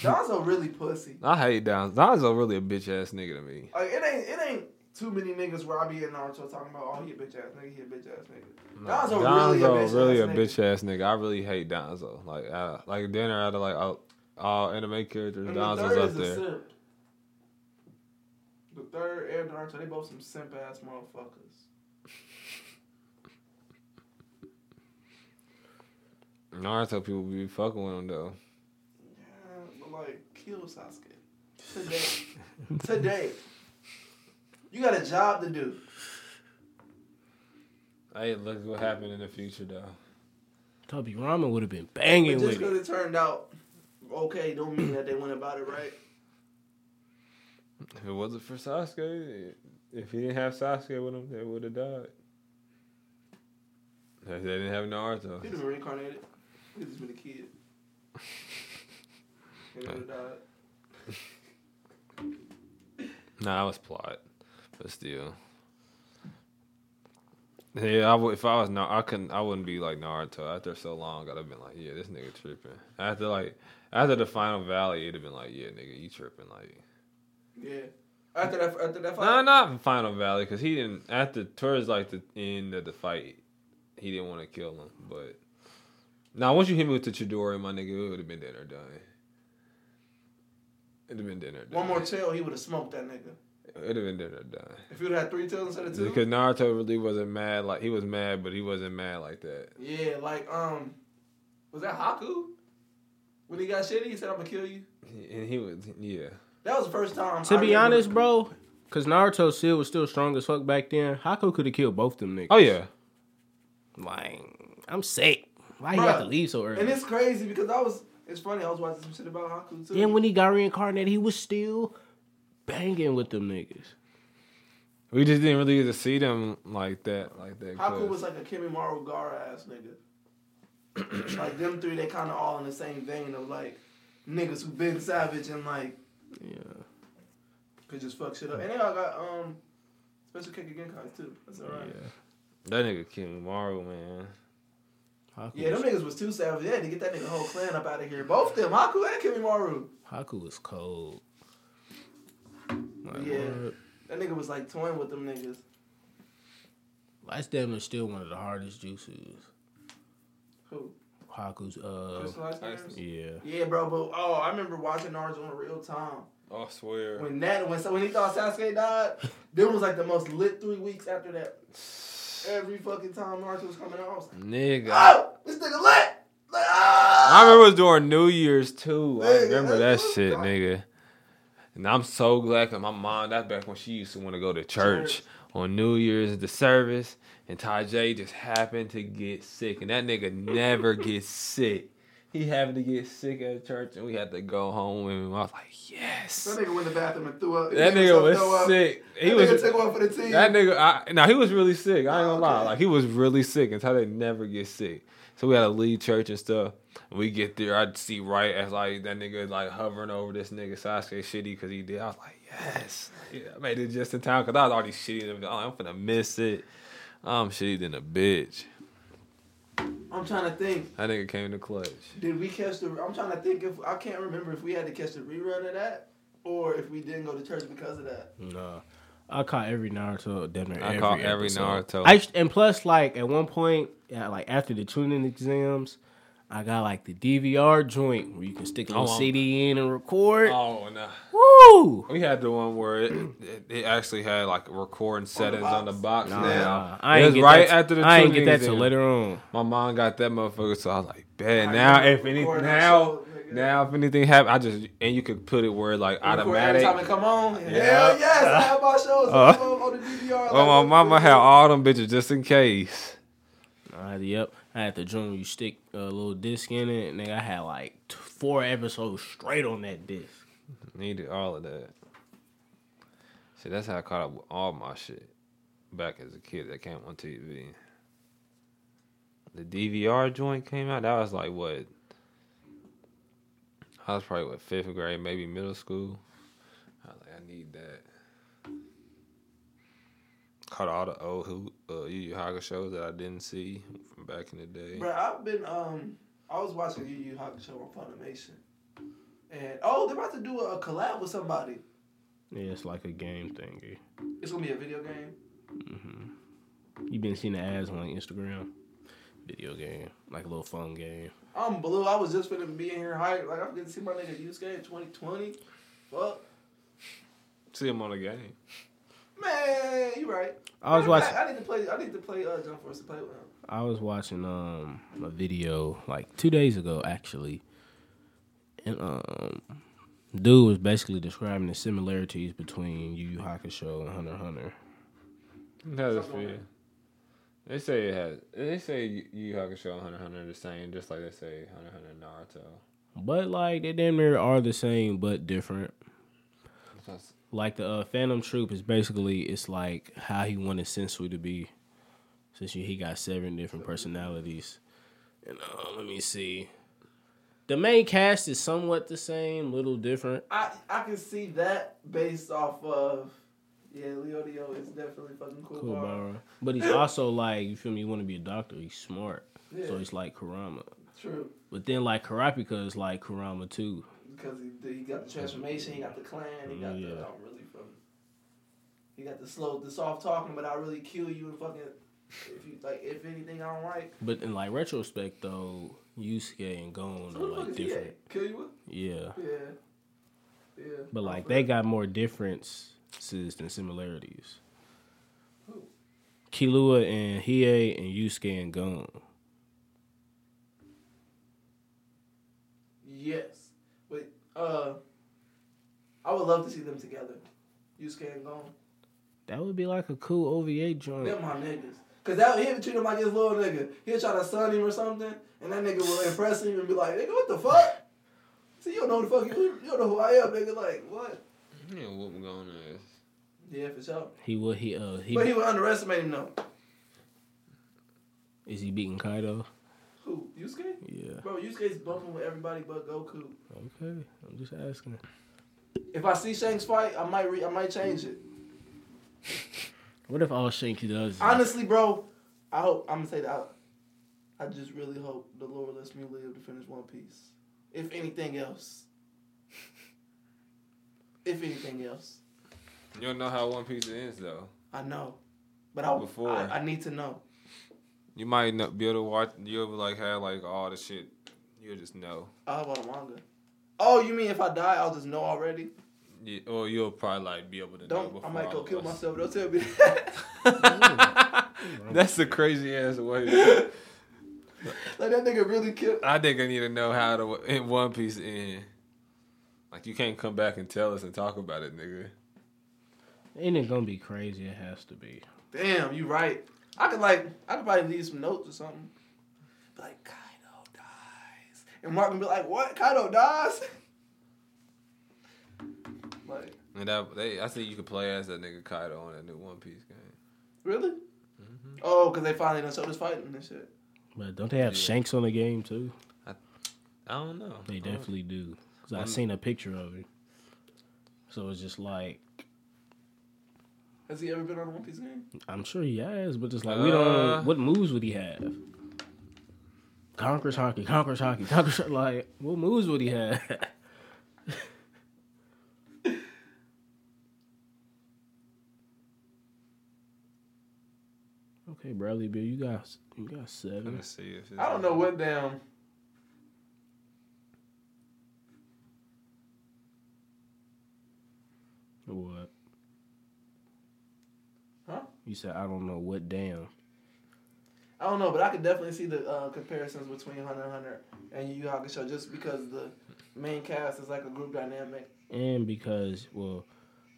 Donzo really pussy. I hate Don. Donzo really a bitch ass nigga to me. Like it ain't it ain't too many niggas where I be in Naruto talking about oh he a bitch ass nigga he a bitch ass nigga. Donzo, really a bitch really ass a nigga. bitch ass nigga. I really hate Donzo. Like, uh, like dinner out of like all, all anime characters, And Donzo's up Mm, there. simp. The third and Naruto, they both some simp ass motherfuckers. Naruto people be fucking with him though. Yeah, but like kill Sasuke <laughs> today. today, you got a job to do. Hey, look what happened in the future though. Tubby Ramen would have been But banging just with because it. it turned out okay, don't mean that they went about it right. If it wasn't for Sasuke, if he didn't have Sasuke with him, they would have died. If they didn't have Naruto. He'd have been reincarnated. He'd just been a kid. And he would have died. Nah, I was plot, but still. Yeah, I would, if I was not, I couldn't. I wouldn't be like Naruto after so long. I'd have been like, yeah, this nigga tripping. After like, after the final valley, it'd have been like, yeah, nigga, you tripping. Like, Yeah. After that, after that fight. no, not final valley, cause he didn't. After towards like the end of the fight, he didn't want to kill him. But now, once you hit me with the Chidori, my nigga, it would have been dinner done. It'd have been dinner. Done. One more tail, he would have smoked that nigga. It'd have been dinner done. If he would have had three tails instead of two. Because Naruto really wasn't mad. Like he was mad, but he wasn't mad like that. Yeah, like um, was that Haku? When he got shitty, he said, "I'm gonna kill you." And he was, yeah. That was the first time. To I be remember- honest, bro, because Naruto's seal was still strong as fuck back then, Haku could have killed both them niggas. Oh yeah. Like, I'm sick. Why he got to Bruh. leave so early? And it's crazy because I was. It's funny. I was watching some shit about Haku too. then when he got reincarnated, he was still banging with them niggas. We just didn't really get to see them like that, like that. Haku 'cause- was like a Kimimaro Gara ass nigga. <clears throat> like them three, they kind of all in the same vein of like niggas who been savage and like Yeah. could just fuck shit up. And they all got um special kick again cards too. That's alright. that nigga King Maru, Yeah. man. Haku, Yeah, them was, niggas was too savage. They had to get that nigga whole clan up out of here. Both them, Haku and Kimimaru. Haku was cold. Like, Yeah. what? That nigga was like toying with them niggas. That's damn near still one of the hardest juices. Who? Haku's, uh, Crystal Ice Names? Ice- yeah. Yeah, bro. But oh, I remember watching Naruto in real time. I swear. When that, when so when he thought Sasuke died, them was like the most lit three weeks after that. Every fucking time Naruto was coming out, I was like, Nigga. oh, this nigga lit. Like, ah! I remember it was during New Year's too. I Nigga, remember that that's what shit, I'm- nigga. And I'm so glad because my mom, that's back when she used to want to go to church, Church. on New Year's the service, and Ty J just happened to get sick. And that nigga never gets sick. He happened to get sick at church, and we had to go home. And I was like, yes. That nigga went to the bathroom and threw up. That He nigga threw was up. sick. He that was. nigga took one for the team. That nigga, I, now he was really sick. I ain't gonna lie, Okay. like he was really sick. And Tyler never gets sick, so we had to leave church and stuff. We get there, I see right as like that nigga is, like hovering over this nigga Sasuke shitty because he did. I was like, yes, yeah, I made it just in time because I was already shitty. and I'm like, I'm finna miss it. I'm shitty than a bitch. I'm trying to think. That nigga came to clutch. Did we catch the? I'm trying to think if I can't remember if we had to catch the rerun of that or if we didn't go to church because of that. Nah. I caught every Naruto, damn near I every caught every episode. Naruto. I used- and plus, like at one point, yeah, like after the tuning exams, I got like the DVR joint where you can stick a little Oh, I'm- CD in and record. Oh no. Woo! We had the one where it, it, it actually had like recording settings on the box. Nah, now. I it ain't was get right that, after the I ain't tuning get that till exam. later on. My mom got that motherfucker, so I was like, I "Bet now remember if any recording that now shit, nigga. now if anything happened, I just and you could put it where like Record Every automatic." time it come on, hell Yeah. yes, I have my shows Uh. on, on the DVR. like, <laughs> Oh, my mama had all them bitches just in case. I had, yep, I had the joint where you stick a little disc in it, and then I had like t- four episodes straight on that disc. Needed all of that. See, that's how I caught up with all my shit back as a kid that came on TV. The DVR joint came out. That was like what? I was probably what fifth grade, maybe middle school. I was like, I need that. Caught all the old who uh, Yu Yu Haga shows that I didn't see from back in the day. Bro, I've been um, I was watching Yu Yu Hakusho on Funimation, and oh, they're about to do a, a collab with somebody. Yeah, it's like a game thingy. It's gonna be a video game. You been seeing the ads on like Instagram, video game, like a little phone game. I'm blue. I was just finna be in here hype. Like I'm gonna see my nigga use game 2020. Fuck, See him on the game. man, you right. I was Matter of watching. fact, I need to play. I need to play uh, Jump Force to play with him. I was watching um a video like two days ago actually, and um dude was basically describing the similarities between Yu Yu Hakusho and Hunter x Hunter. It has a Something like feel. They say it has. They say Yu Yu Hakusho and Hunter x Hunter are the same, just like they say Hunter x Hunter and Naruto. But like they damn near are the same but different. That's- Like the uh, Phantom Troop is basically it's like how he wanted Sensui to be, since he he got seven different personalities. And uh, let me see. The main cast is somewhat the same, little different. I I can see that based off of yeah, Leo Dio is definitely fucking cool. Cool, bar. Bara. But he's also like, you feel me? You want to be a doctor? He's smart, Yeah, so he's like Kurama. true. But then like Karapika is like Kurama too. Because he, he got the transformation, he got the clan, he got Mm, the yeah. I'm really from. He got the slow, the soft talking, but I really kill you and fucking. If you like, if anything, I don't like. But in like retrospect though, Yusuke and Gon So are what the fuck like is he different. at? Kill you Yeah, with? Yeah. Yeah. but I'm like for they that. got more differences than similarities. Who? Kilua and Hiei and Yusuke and Gon. Yes, but uh, I would love to see them together. Yusuke and Gon. That would be like a cool OVA joint. Them my niggas. Cause that he'll treat him like his little nigga. He'll try to son him or something, and that nigga will impress him and be like, nigga, what the fuck? See, you don't know who the fuck you, you don't know who I am, nigga. Like what? Yeah, whoop going ass. Yeah, for sure. He would he uh he but he would underestimate him though. is he beating Kaido? Who? Yusuke? Yeah. Bro, Yusuke's bumping with everybody but Goku. Okay, I'm just asking. If I see Shanks fight, I might re- I might change it. What if all Shanky does? is- Honestly, bro, I hope I'm gonna say that. I, I just really hope the Lord lets me live to finish One Piece. If anything else. if anything else. You don't know how One Piece ends though. I know, but I Before. I, I need to know. You might not be able to watch. You'll be like have like all the shit. You'll just know. I about a manga. Oh, you mean if I die, I'll just know already? You, or you'll probably like be able to know Don't before. I might all go of kill us. myself? Don't tell me. that. <laughs> <laughs> That's the crazy ass way. like that nigga really killed. I think I need to know how to in One Piece end. Like you can't come back and tell us and talk about it, nigga. Ain't it gonna be crazy? It has to be. Damn, you right. I could like I could probably leave some notes or something. Be like Kaido dies, and Mark can be like, "What? Kaido dies?" <laughs> like And that they, I see you could play as that nigga Kaido on that new One Piece game. really? Mm-hmm. Oh, because they finally done showed us fighting and shit. But don't they have Yeah. Shanks on the game too? I don't They know. I Uh-huh. don't- definitely do. Cause I One- seen a picture of it. So it's just like Has he ever been on a One Piece game? I'm sure he has, but just like we don't. Uh. What moves would he have? Conquerors hockey, Conquerors hockey, Conquerors. hockey. <laughs> Like, what moves would he have? <laughs> okay, Bradley Bill, you got you got Let seven. me see if it's I don't know what damn. What? Huh? You said I don't know what damn. I don't know, but I could definitely see the uh, comparisons between Hunter x Hunter and Yu Yu Hakusho just because the main cast is like a group dynamic And because well,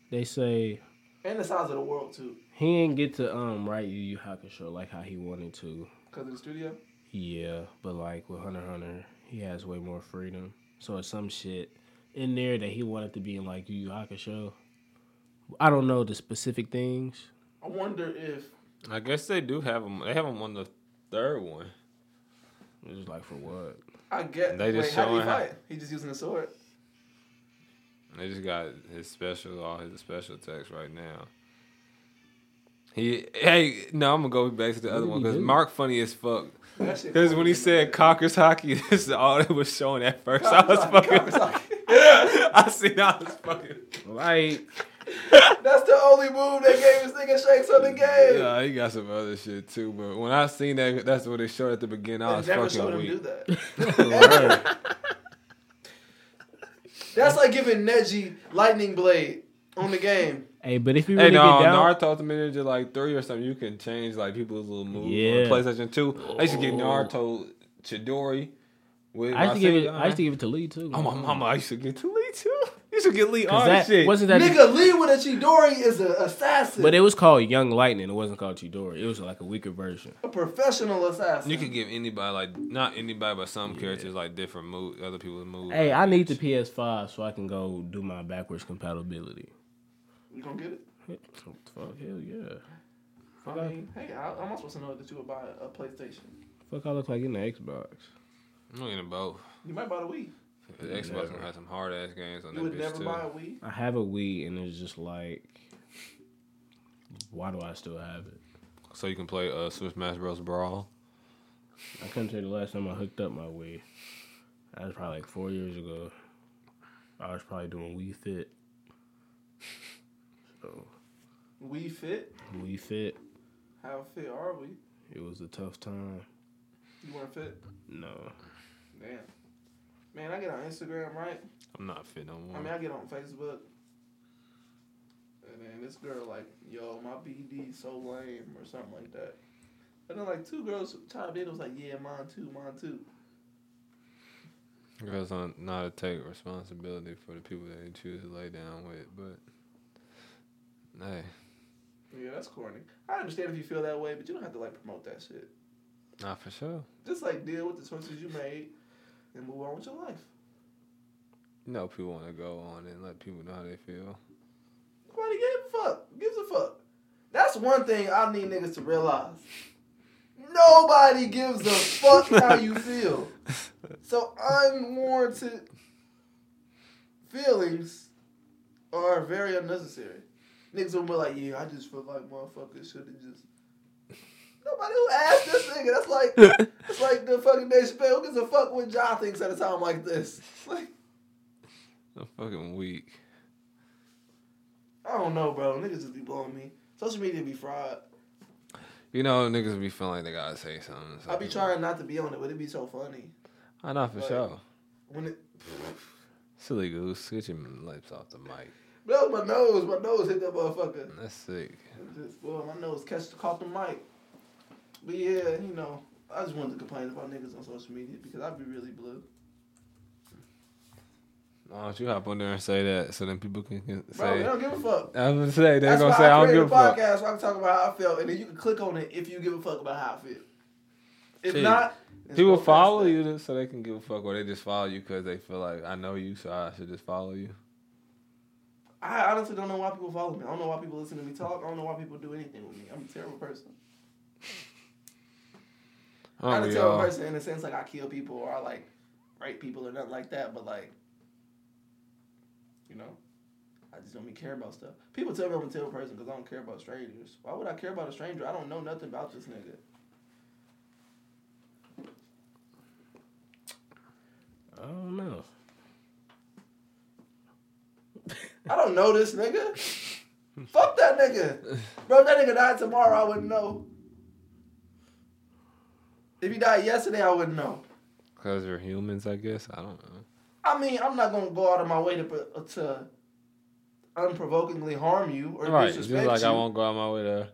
they say and the size of the world too he didn't get to um write Yu Yu Hakusho like how he wanted to. because of the studio. Yeah, but like with Hunter x Hunter, he has way more freedom. So it's some shit in there that he wanted to be in like Yu Yu Hakusho. I don't know the specific things. I wonder if I guess they do have them. They have them on the third one. It was like for what? I get. They just wait, how do you showing how- fight? He just using a sword. They just got his special, all his special text right now. He, hey, no, I'm gonna go back to the other did one he because do? Mark funny as fuck. That shit Because when he said <laughs> Cockers hockey, <laughs> this is all it was showing at first. I was Cockers fucking. <laughs> hockey. I seen. I was fucking. Like That's the only move they gave this nigga shakes on the game. Yeah, he got some other shit too. But when I seen that, that's what they showed at the beginning. I They was never showed fucking him do weak. that. <laughs> right. That's like giving Neji lightning blade on the game. hey, but if you Hey, really no, get down, Naruto Ultimate Ninja like three or something. You can change like people's little moves Yeah. on PlayStation Two. I used to get Naruto Chidori. With I uh, used to give it. Rasengan. I used to give it to Lee too. Oh, my mama, I used to get to Lee too. You should get Lee 'Cause on that- shit. wasn't that. Nigga Lee with a Chidori is an assassin. but it was called Young Lightning. It wasn't called Chidori. It was like a weaker version. a professional assassin. you could give anybody like not anybody, but some characters like different move, other people's moves. Hey, I need the PS5 so I can go do my backwards compatibility. You gonna get it? Fuck hell yeah! I mean, hey, how how am I supposed to know that you would buy a, a PlayStation? Fuck, I look like in the Xbox. I'm looking at both. You might buy the Wii. The Xbox gonna have some hard ass games on You that would bitch never too. buy a Wii. I have a Wii and it's just like, why do I still have it? So you can play uh, Super Smash Bros. Brawl. I couldn't tell you the last time I hooked up my Wii. That was probably like four years ago. I was probably doing Wii Fit. So Wii Fit? Wii Fit, How fit are we? it was a tough time. You weren't fit? No, Damn. Man, I get on Instagram, right? I'm not fit no more. I mean, I get on Facebook. And then this girl like, yo, my BD so lame or something like that. And then like two girls chimed in. It was like, yeah, mine too, mine too. Girls don't know how to take responsibility for the people that they choose to lay down with, but hey, Yeah, that's corny. I understand if you feel that way, but you don't have to like promote that shit. not for sure. Just like deal with the choices you made and move on with your life. You know people want to go on and let people know how they feel. Nobody gave a fuck. Gives a fuck. That's one thing I need niggas to realize. Nobody gives a fuck how you feel. So unwarranted feelings are very unnecessary. Niggas will be like, yeah, I just feel like motherfuckers should have just. <laughs> Nobody who asked this nigga. That's like, it's like the fucking Dave Chappelle. Who gives a fuck what John thinks at a time like this? Like, I'm fucking weak. I don't know, bro. Niggas just be blowing me. Social media be fried. You know, niggas be feeling like they gotta say something. I be trying not to be on it, but it be so funny I know for Like- sure. when it. Silly goose, get your lips off the mic. That was my nose. My nose hit that motherfucker. That's sick. It Just, well, my nose catch caught the mic. But yeah, you know, I just wanted to complain about niggas on social media because I'd be really blue. Why don't you hop on there and say that so then people can, can Bro, they say? don't give a fuck. I'm gonna say they're That's gonna why say I I don't created give a a fuck. podcast so I can talk about how I felt, and then you can click on it if you give a fuck about how I feel. If Shit. not, it's People both follow nasty. you to- so they can give a fuck, or they just follow you because they feel like I know you, so I should just follow you. I honestly don't know why people follow me. I don't know why people listen to me talk. I don't know why people do anything with me. I'm a terrible person. not I don't a know, terrible y'all. person in the sense like I kill people or I like rape people or nothing like that, but like, you know, I just don't even care about stuff. People tell me I'm a terrible person because I don't care about strangers. Why would I care about a stranger? I don't know nothing about this nigga. I don't know. I don't know this <laughs> nigga. Fuck that nigga. Bro, if that nigga died tomorrow, I wouldn't know. If he died yesterday, I wouldn't know. Because we're humans, I guess. I don't know. I mean, I'm not gonna go out of my way to pro- to unprovokingly harm you or Right. Just disrespect like you. I won't go out my way to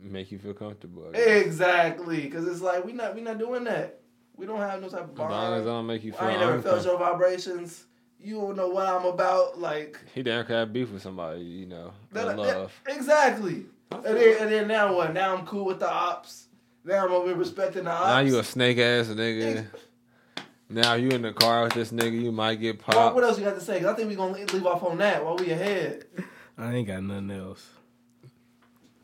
make you feel comfortable. I guess. Exactly, because it's like we not we not doing that. We don't have no type of As long as I bond. don't make you feel I ain't never felt uncomfortable. your vibrations. You don't know what I'm about. Like He didn't have beef with somebody, you know. that, I love. that- exactly. And then, and then now what? Now I'm cool with the ops. Now I'm over here respecting the ops. Now you a snake ass nigga. Now you in the car with this nigga, you might get Well, what popped. else you got to say? 'Cause I think we gonna le- leave off on that while we ahead. I ain't got nothing else.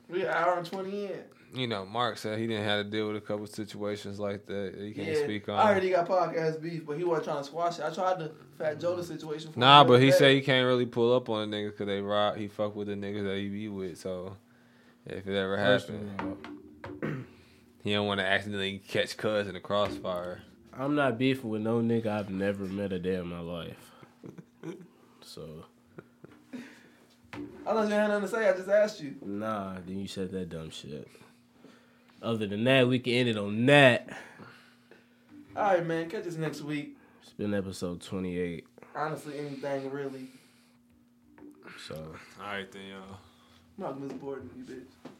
We an hour and twenty in. You know, Mark said he didn't have to deal with a couple situations like that. that He can't speak I on. heard he got podcast beef, but he wasn't trying to squash it. I tried the Fat Joe the situation. For Nah, him but he today. said he can't really pull up on the niggas because they rock. He fuck with the niggas that he be with. So if it ever First of happened, all, he don't want to accidentally catch cuz in the crossfire. I'm not beefing with no nigga I've never met a day in my life. So I don't have nothing to say. I just asked you. nah, then you said that dumb shit. Other than that, we can end it on that. All right, man. Catch us next week. It's been episode 28. Honestly, anything really. So. All right, then, y'all. I'm not gonna miss Borden, you bitch.